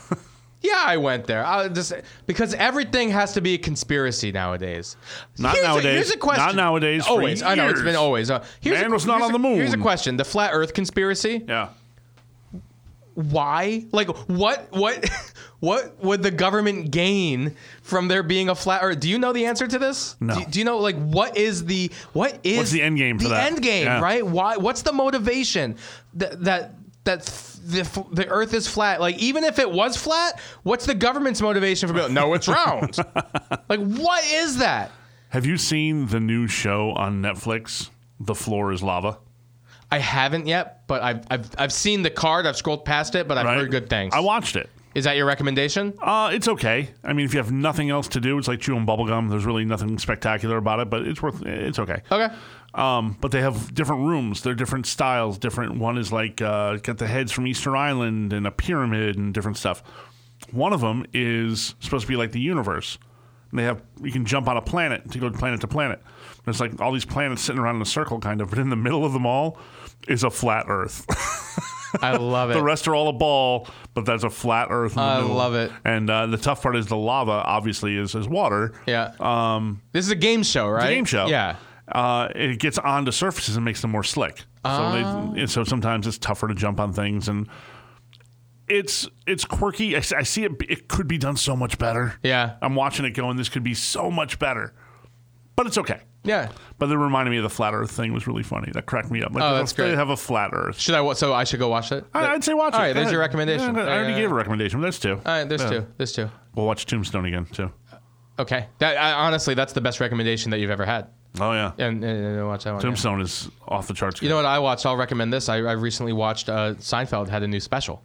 Speaker 2: yeah, I went there. I just because everything has to be a conspiracy nowadays.
Speaker 3: Not
Speaker 2: here's A,
Speaker 3: nowadays.
Speaker 2: here's a question.
Speaker 3: Not nowadays, for
Speaker 2: Always. I know it's been
Speaker 3: years.
Speaker 2: always. Uh, here's a,
Speaker 3: Man was not
Speaker 2: here's
Speaker 3: on
Speaker 2: a-
Speaker 3: the moon.
Speaker 2: Here's a question: the flat Earth conspiracy.
Speaker 3: Yeah,
Speaker 2: why? Like what what what would the government gain from there being a flat or do you know the answer to this?
Speaker 3: No.
Speaker 2: Do, do you know like what is the what is
Speaker 3: the end game for
Speaker 2: the
Speaker 3: that?
Speaker 2: end game,
Speaker 3: Yeah.
Speaker 2: right? Why what's the motivation that that that f- the, f- the earth is flat. Like even if it was flat, what's the government's motivation for being like, no, it's round? like what is that?
Speaker 3: have you seen the new show on Netflix? The floor is lava.
Speaker 2: I haven't yet, but I've I've, I've seen the card. I've scrolled past it, but I've
Speaker 3: right?
Speaker 2: heard good things.
Speaker 3: I watched it.
Speaker 2: Is that your recommendation?
Speaker 3: Uh, it's okay. I mean, if you have nothing else to do, it's like chewing bubblegum. There's really nothing spectacular about it, but it's worth it's okay.
Speaker 2: Okay.
Speaker 3: Um, but they have different rooms. They're different styles. Different one is like uh, got the heads from Easter Island and a pyramid and different stuff. One of them is supposed to be like the universe. And they have you can jump on a planet to go planet to planet. There's like all these planets sitting around in a circle, kind of. But in the middle of them all is a flat Earth.
Speaker 2: I love it.
Speaker 3: The rest are all a ball, but that's a flat Earth. in the
Speaker 2: I
Speaker 3: middle.
Speaker 2: love it.
Speaker 3: And uh, the tough part is the lava, obviously, is is water.
Speaker 2: yeah.
Speaker 3: Um,
Speaker 2: this is a game show, right?
Speaker 3: the game show.
Speaker 2: Yeah.
Speaker 3: Uh, it gets onto surfaces and makes them more slick. So,
Speaker 2: Ah.
Speaker 3: they, and so sometimes it's tougher to jump on things, and it's it's quirky. I, s- I see it. b- It could be done so much better.
Speaker 2: Yeah.
Speaker 3: I'm watching it going. This could be so much better, but it's okay.
Speaker 2: Yeah.
Speaker 3: But it reminded me of the flat Earth thing was really funny. That cracked me up. Like
Speaker 2: Oh,
Speaker 3: they-
Speaker 2: that's
Speaker 3: they
Speaker 2: great.
Speaker 3: have a flat Earth.
Speaker 2: Should I? wa- So I should go watch it.
Speaker 3: I- I'd say watch it.
Speaker 2: All right,
Speaker 3: Go
Speaker 2: there's
Speaker 3: ahead.
Speaker 2: your recommendation.
Speaker 3: Yeah, I already
Speaker 2: Yeah.
Speaker 3: gave a recommendation. But that's two.
Speaker 2: All right. There's
Speaker 3: Yeah.
Speaker 2: two. There's two.
Speaker 3: We'll watch Tombstone again too.
Speaker 2: Okay. That I, honestly, that's the best recommendation that you've ever had.
Speaker 3: Oh yeah,
Speaker 2: And, and, and watch that one. yeah.
Speaker 3: Tombstone is off the charts.
Speaker 2: You know what I watched? I'll recommend this. I, I recently watched uh, Seinfeld had a new special,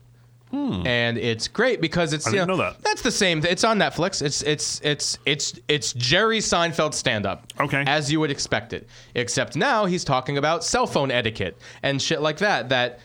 Speaker 2: and it's great because it's
Speaker 3: Hmm. I
Speaker 2: you
Speaker 3: didn't know that.
Speaker 2: that's the same. It's on Netflix. It's it's it's it's it's Jerry Seinfeld stand up.
Speaker 3: Okay.
Speaker 2: as you would expect it. Except now he's talking about cell phone etiquette and shit like that that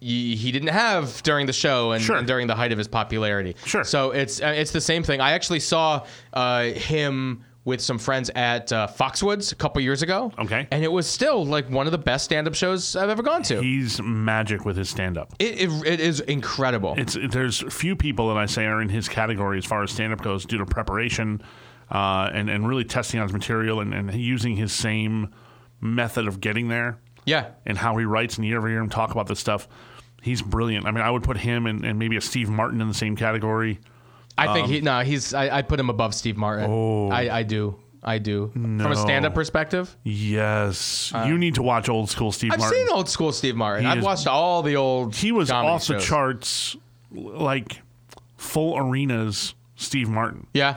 Speaker 2: y- he didn't have during the show and,
Speaker 3: Sure.
Speaker 2: and during the height of his popularity.
Speaker 3: Sure.
Speaker 2: So it's uh, it's the same thing. I actually saw uh, him. With some friends at uh, Foxwoods a couple years ago,
Speaker 3: Okay.
Speaker 2: and it was still like one of the best stand-up shows I've ever gone to.
Speaker 3: He's magic with his stand up.
Speaker 2: it, it, it is incredible.
Speaker 3: It's there's few people that I say are in his category as far as stand up goes due to preparation uh, and and really testing out his material and, and using his same method of getting there
Speaker 2: yeah,
Speaker 3: and how he writes and you ever hear him talk about this stuff. He's brilliant. I mean, I would put him and, and maybe a Steve Martin in the same category.
Speaker 2: I think
Speaker 3: Um,
Speaker 2: he no, he's I, I put him above Steve Martin. Oh, I, I do, I do. From a stand-up perspective,
Speaker 3: Yes, you need to watch old school Steve
Speaker 2: Uh, I've
Speaker 3: Martin.
Speaker 2: seen old school Steve Martin.
Speaker 3: He
Speaker 2: I've
Speaker 3: is-
Speaker 2: watched all the old.
Speaker 3: he was
Speaker 2: comedy
Speaker 3: off the
Speaker 2: shows.
Speaker 3: charts like full arenas Steve Martin.
Speaker 2: Yeah,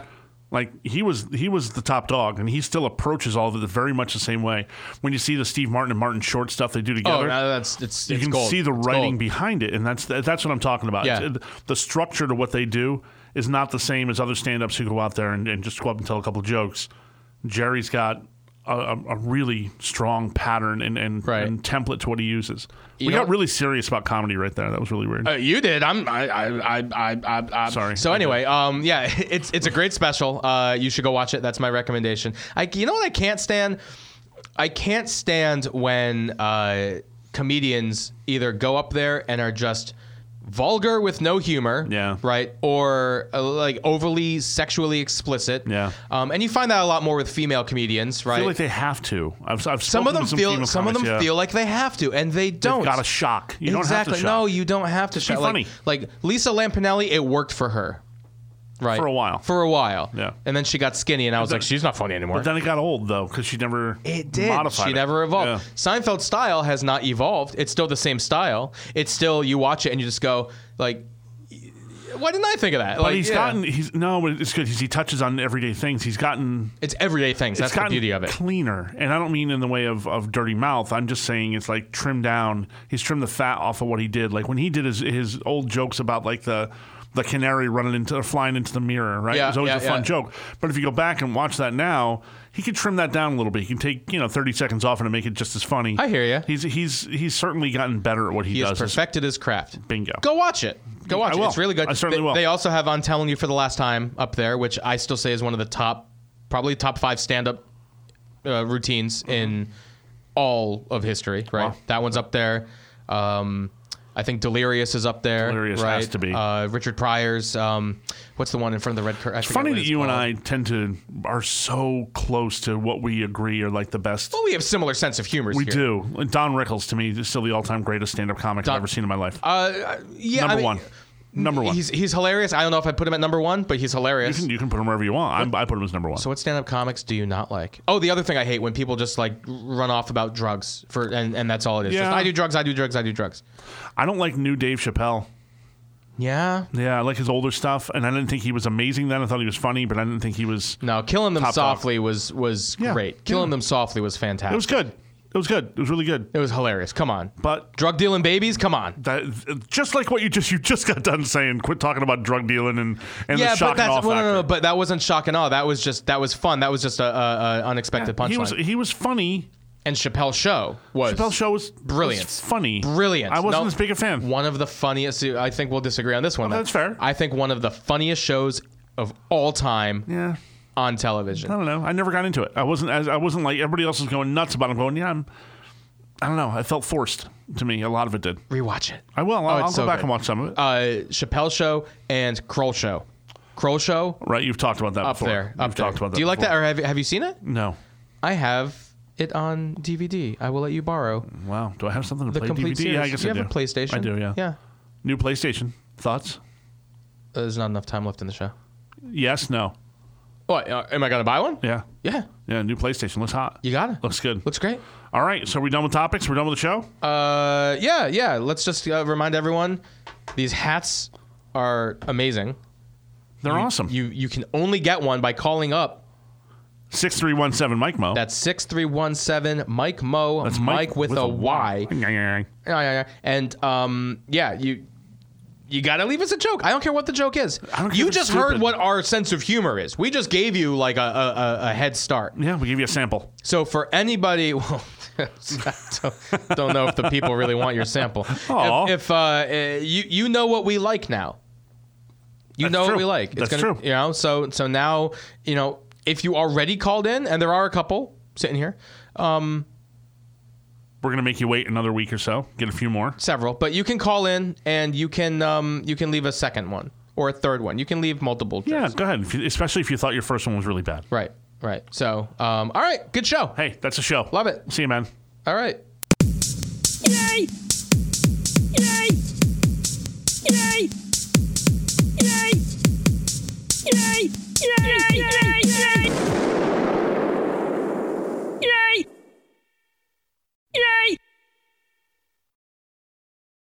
Speaker 3: Like he was he was the top dog and he still approaches all of it very much the same way. When you see the Steve Martin and Martin Short stuff they do
Speaker 2: Oh,
Speaker 3: together,
Speaker 2: no, that's it's.
Speaker 3: you
Speaker 2: it's
Speaker 3: can
Speaker 2: gold.
Speaker 3: see the
Speaker 2: It's
Speaker 3: writing
Speaker 2: gold.
Speaker 3: behind it and that's that's what I'm talking about.
Speaker 2: Yeah.
Speaker 3: It's- The structure to what they do is not the same as other stand-ups who go out there and, and just go up and tell a couple jokes. Jerry's got a, a, a really strong pattern and, and,
Speaker 2: Right.
Speaker 3: and template to what he uses. we
Speaker 2: know-
Speaker 3: got really serious about comedy right there. That was really weird.
Speaker 2: Uh, you did. I'm. I. I. I. I. I, I
Speaker 3: Sorry.
Speaker 2: So anyway, um, yeah, it's it's a great special. Uh, you should go watch it. That's my recommendation. I. You know what I can't stand? I can't stand when uh, comedians either go up there and are just vulgar with no humor.
Speaker 3: Yeah.
Speaker 2: Right. Or uh, like overly sexually explicit.
Speaker 3: Yeah.
Speaker 2: Um, and you find that a lot more with female comedians, right?
Speaker 3: I feel like they have to. I've, I've
Speaker 2: some
Speaker 3: spoken
Speaker 2: of them
Speaker 3: with some
Speaker 2: feel.
Speaker 3: female
Speaker 2: Some of them
Speaker 3: comics, yeah.
Speaker 2: feel like they have to, and they don't.
Speaker 3: They've got a shock.
Speaker 2: exactly.
Speaker 3: You don't have to shock.
Speaker 2: No, you don't have to
Speaker 3: be
Speaker 2: shout. Like-
Speaker 3: funny.
Speaker 2: Like, Lisa Lampanelli, it worked for her. Right.
Speaker 3: For a while.
Speaker 2: For a while.
Speaker 3: Yeah.
Speaker 2: And then she got skinny, and I was like, she's not funny anymore.
Speaker 3: But then it got old though because she never
Speaker 2: it did.
Speaker 3: Modified
Speaker 2: she
Speaker 3: it.
Speaker 2: never evolved.
Speaker 3: Yeah.
Speaker 2: Seinfeld style has not evolved. It's still the same style. It's still you watch it and you just go like, why didn't I think of that?
Speaker 3: But
Speaker 2: like
Speaker 3: he's
Speaker 2: yeah.
Speaker 3: gotten. He's no. but It's good. 'cause He touches on everyday things. He's gotten.
Speaker 2: it's everyday things. That's
Speaker 3: it's gotten
Speaker 2: the beauty of it.
Speaker 3: cleaner, and I don't mean in the way of, of dirty mouth. I'm just saying it's like trimmed down. He's trimmed the fat off of what he did. Like when he did his his old jokes about like the. The canary running into flying into the mirror, right?
Speaker 2: Yeah,
Speaker 3: it was always
Speaker 2: yeah,
Speaker 3: a fun
Speaker 2: yeah.
Speaker 3: joke. But if you go back and watch that now, he could trim that down a little bit. He can take you know thirty seconds off and make it just as funny.
Speaker 2: I hear ya.
Speaker 3: He's he's he's certainly gotten better at what he,
Speaker 2: He has
Speaker 3: does. It's-
Speaker 2: perfected his craft.
Speaker 3: Bingo.
Speaker 2: Go watch it. Go watch
Speaker 3: I
Speaker 2: it. It's
Speaker 3: will.
Speaker 2: really good.
Speaker 3: I certainly
Speaker 2: they,
Speaker 3: will.
Speaker 2: They also have on telling you for the last time up there, which I still say is one of the top, probably top five stand-up uh, routines in all of history. Right,
Speaker 3: Mm-hmm. Wow.
Speaker 2: that one's up there. Um, I think Delirious is up there.
Speaker 3: Delirious
Speaker 2: right?
Speaker 3: has to be.
Speaker 2: Uh, Richard Pryor's. Um, what's the one in front of the red curtain?
Speaker 3: It's funny that you and I tend to are so close to what we agree are like the best.
Speaker 2: Well, we have similar sense of humor.
Speaker 3: we
Speaker 2: here.
Speaker 3: do. Don Rickles to me is still the all-time greatest stand-up comic I've ever seen in my life.
Speaker 2: Uh, yeah,
Speaker 3: number
Speaker 2: I mean,
Speaker 3: one. Number one.
Speaker 2: He's he's hilarious. I don't know if I put him at number one, but he's
Speaker 3: you,
Speaker 2: hilarious.
Speaker 3: can, you can put him wherever you want. I'm, I put him as number one.
Speaker 2: So what stand-up comics do you not like? Oh, the other thing I hate when people just like run off about drugs for and, and that's all it is. Just,
Speaker 3: Yeah.
Speaker 2: I do drugs, I do drugs, I do drugs.
Speaker 3: I don't like new Dave Chappelle.
Speaker 2: Yeah.
Speaker 3: Yeah, I like his older stuff, and I didn't think he was amazing then. I thought he was funny, but I didn't think he was.
Speaker 2: No, killing them
Speaker 3: Top dog.
Speaker 2: softly was was
Speaker 3: Yeah.
Speaker 2: great. Killing
Speaker 3: Yeah.
Speaker 2: them softly was
Speaker 3: It was
Speaker 2: fantastic.
Speaker 3: good. It It was good. It was really good.
Speaker 2: It was hilarious. Come on.
Speaker 3: But
Speaker 2: Drug dealing babies? Come on.
Speaker 3: that just like what you just you just got done saying, quit talking about drug dealing and and the
Speaker 2: yeah,
Speaker 3: shock
Speaker 2: but
Speaker 3: and awe
Speaker 2: that's well, no, no, no,
Speaker 3: factor.
Speaker 2: but that wasn't shock and awe. That was just that was fun. That was just a, a, a unexpected
Speaker 3: he was
Speaker 2: punchline.
Speaker 3: he was funny.
Speaker 2: And Chappelle's show was
Speaker 3: Chappelle's show was
Speaker 2: Brilliant.
Speaker 3: was funny,
Speaker 2: brilliant.
Speaker 3: I wasn't
Speaker 2: No,
Speaker 3: as big a fan. Oh,
Speaker 2: One of the funniest. I think we'll disagree on this one. then.
Speaker 3: that's fair.
Speaker 2: I think one of the funniest shows of all time
Speaker 3: Yeah,
Speaker 2: on
Speaker 3: I
Speaker 2: television.
Speaker 3: don't know. I never got into it. I wasn't as I wasn't like everybody else was going nuts about. it. I'm going, yeah, I'm. I don't know. I felt forced to me. A lot of it did.
Speaker 2: Rewatch it.
Speaker 3: I will. I'll, I'll go
Speaker 2: Oh, it's so
Speaker 3: back
Speaker 2: good.
Speaker 3: and watch some of it.
Speaker 2: Uh, Chappelle show and Kroll show. Kroll show
Speaker 3: right, you've talked about that
Speaker 2: up
Speaker 3: before.
Speaker 2: there.
Speaker 3: You've
Speaker 2: Up there.
Speaker 3: talked about that.
Speaker 2: Do you like that,
Speaker 3: before.
Speaker 2: or have, have you seen it?
Speaker 3: No.
Speaker 2: I have it on DVD. I will let you borrow
Speaker 3: Wow. Do I have something to
Speaker 2: the
Speaker 3: Mm. play?
Speaker 2: complete
Speaker 3: DVD?
Speaker 2: series.
Speaker 3: Yeah, I guess
Speaker 2: you
Speaker 3: I
Speaker 2: have
Speaker 3: do.
Speaker 2: a PlayStation.
Speaker 3: I do. Yeah.
Speaker 2: Yeah.
Speaker 3: New PlayStation. Thoughts?
Speaker 2: Uh, There's not enough time left in the show.
Speaker 3: Yes. No.
Speaker 2: What? Uh, am I gonna buy one?
Speaker 3: Yeah.
Speaker 2: Yeah.
Speaker 3: Yeah. New PlayStation. Looks hot.
Speaker 2: You got it.
Speaker 3: Looks good.
Speaker 2: Looks great.
Speaker 3: All right. So are we done with topics? We're done with the show.
Speaker 2: Uh, yeah, yeah. Let's just uh, remind everyone, these hats are amazing.
Speaker 3: They're awesome.
Speaker 2: You you can only get one by calling up.
Speaker 3: Six three one seven Mike Mo.
Speaker 2: That's six three one seven Mike Mo.
Speaker 3: That's
Speaker 2: Mike, with, a Y.
Speaker 3: Y.
Speaker 2: Yeah, yeah, yeah. And um, yeah, you you gotta leave us a joke. I don't care what the joke is.
Speaker 3: I don't care if
Speaker 2: you
Speaker 3: it's
Speaker 2: just
Speaker 3: stupid.
Speaker 2: heard what our sense of humor is. We just gave you like a a, a, a head start.
Speaker 3: Yeah, we give you a sample.
Speaker 2: So for anybody, well, I don't, don't know if the people really want your sample.
Speaker 3: Aw.
Speaker 2: If, if uh, eh, you you know what we like now, you
Speaker 3: That's
Speaker 2: know
Speaker 3: true.
Speaker 2: what we like.
Speaker 3: That's
Speaker 2: gonna,
Speaker 3: true.
Speaker 2: You know, so so now you know if you already called in, and there are a couple sitting here,
Speaker 3: We're gonna make you wait another week or so. Get a few more.
Speaker 2: several, but you can call in and you can um you can leave a second one or a third one. You can leave multiple.
Speaker 3: Yeah,
Speaker 2: jokes.
Speaker 3: go ahead. If you- especially if you thought your first one was really bad.
Speaker 2: Right. Right. So um all right, good show.
Speaker 3: Hey, that's a show.
Speaker 2: Love it.
Speaker 3: See you, man.
Speaker 2: All right.
Speaker 1: Yay! Yay! Yay! Yay! Yay! Yay! Yay!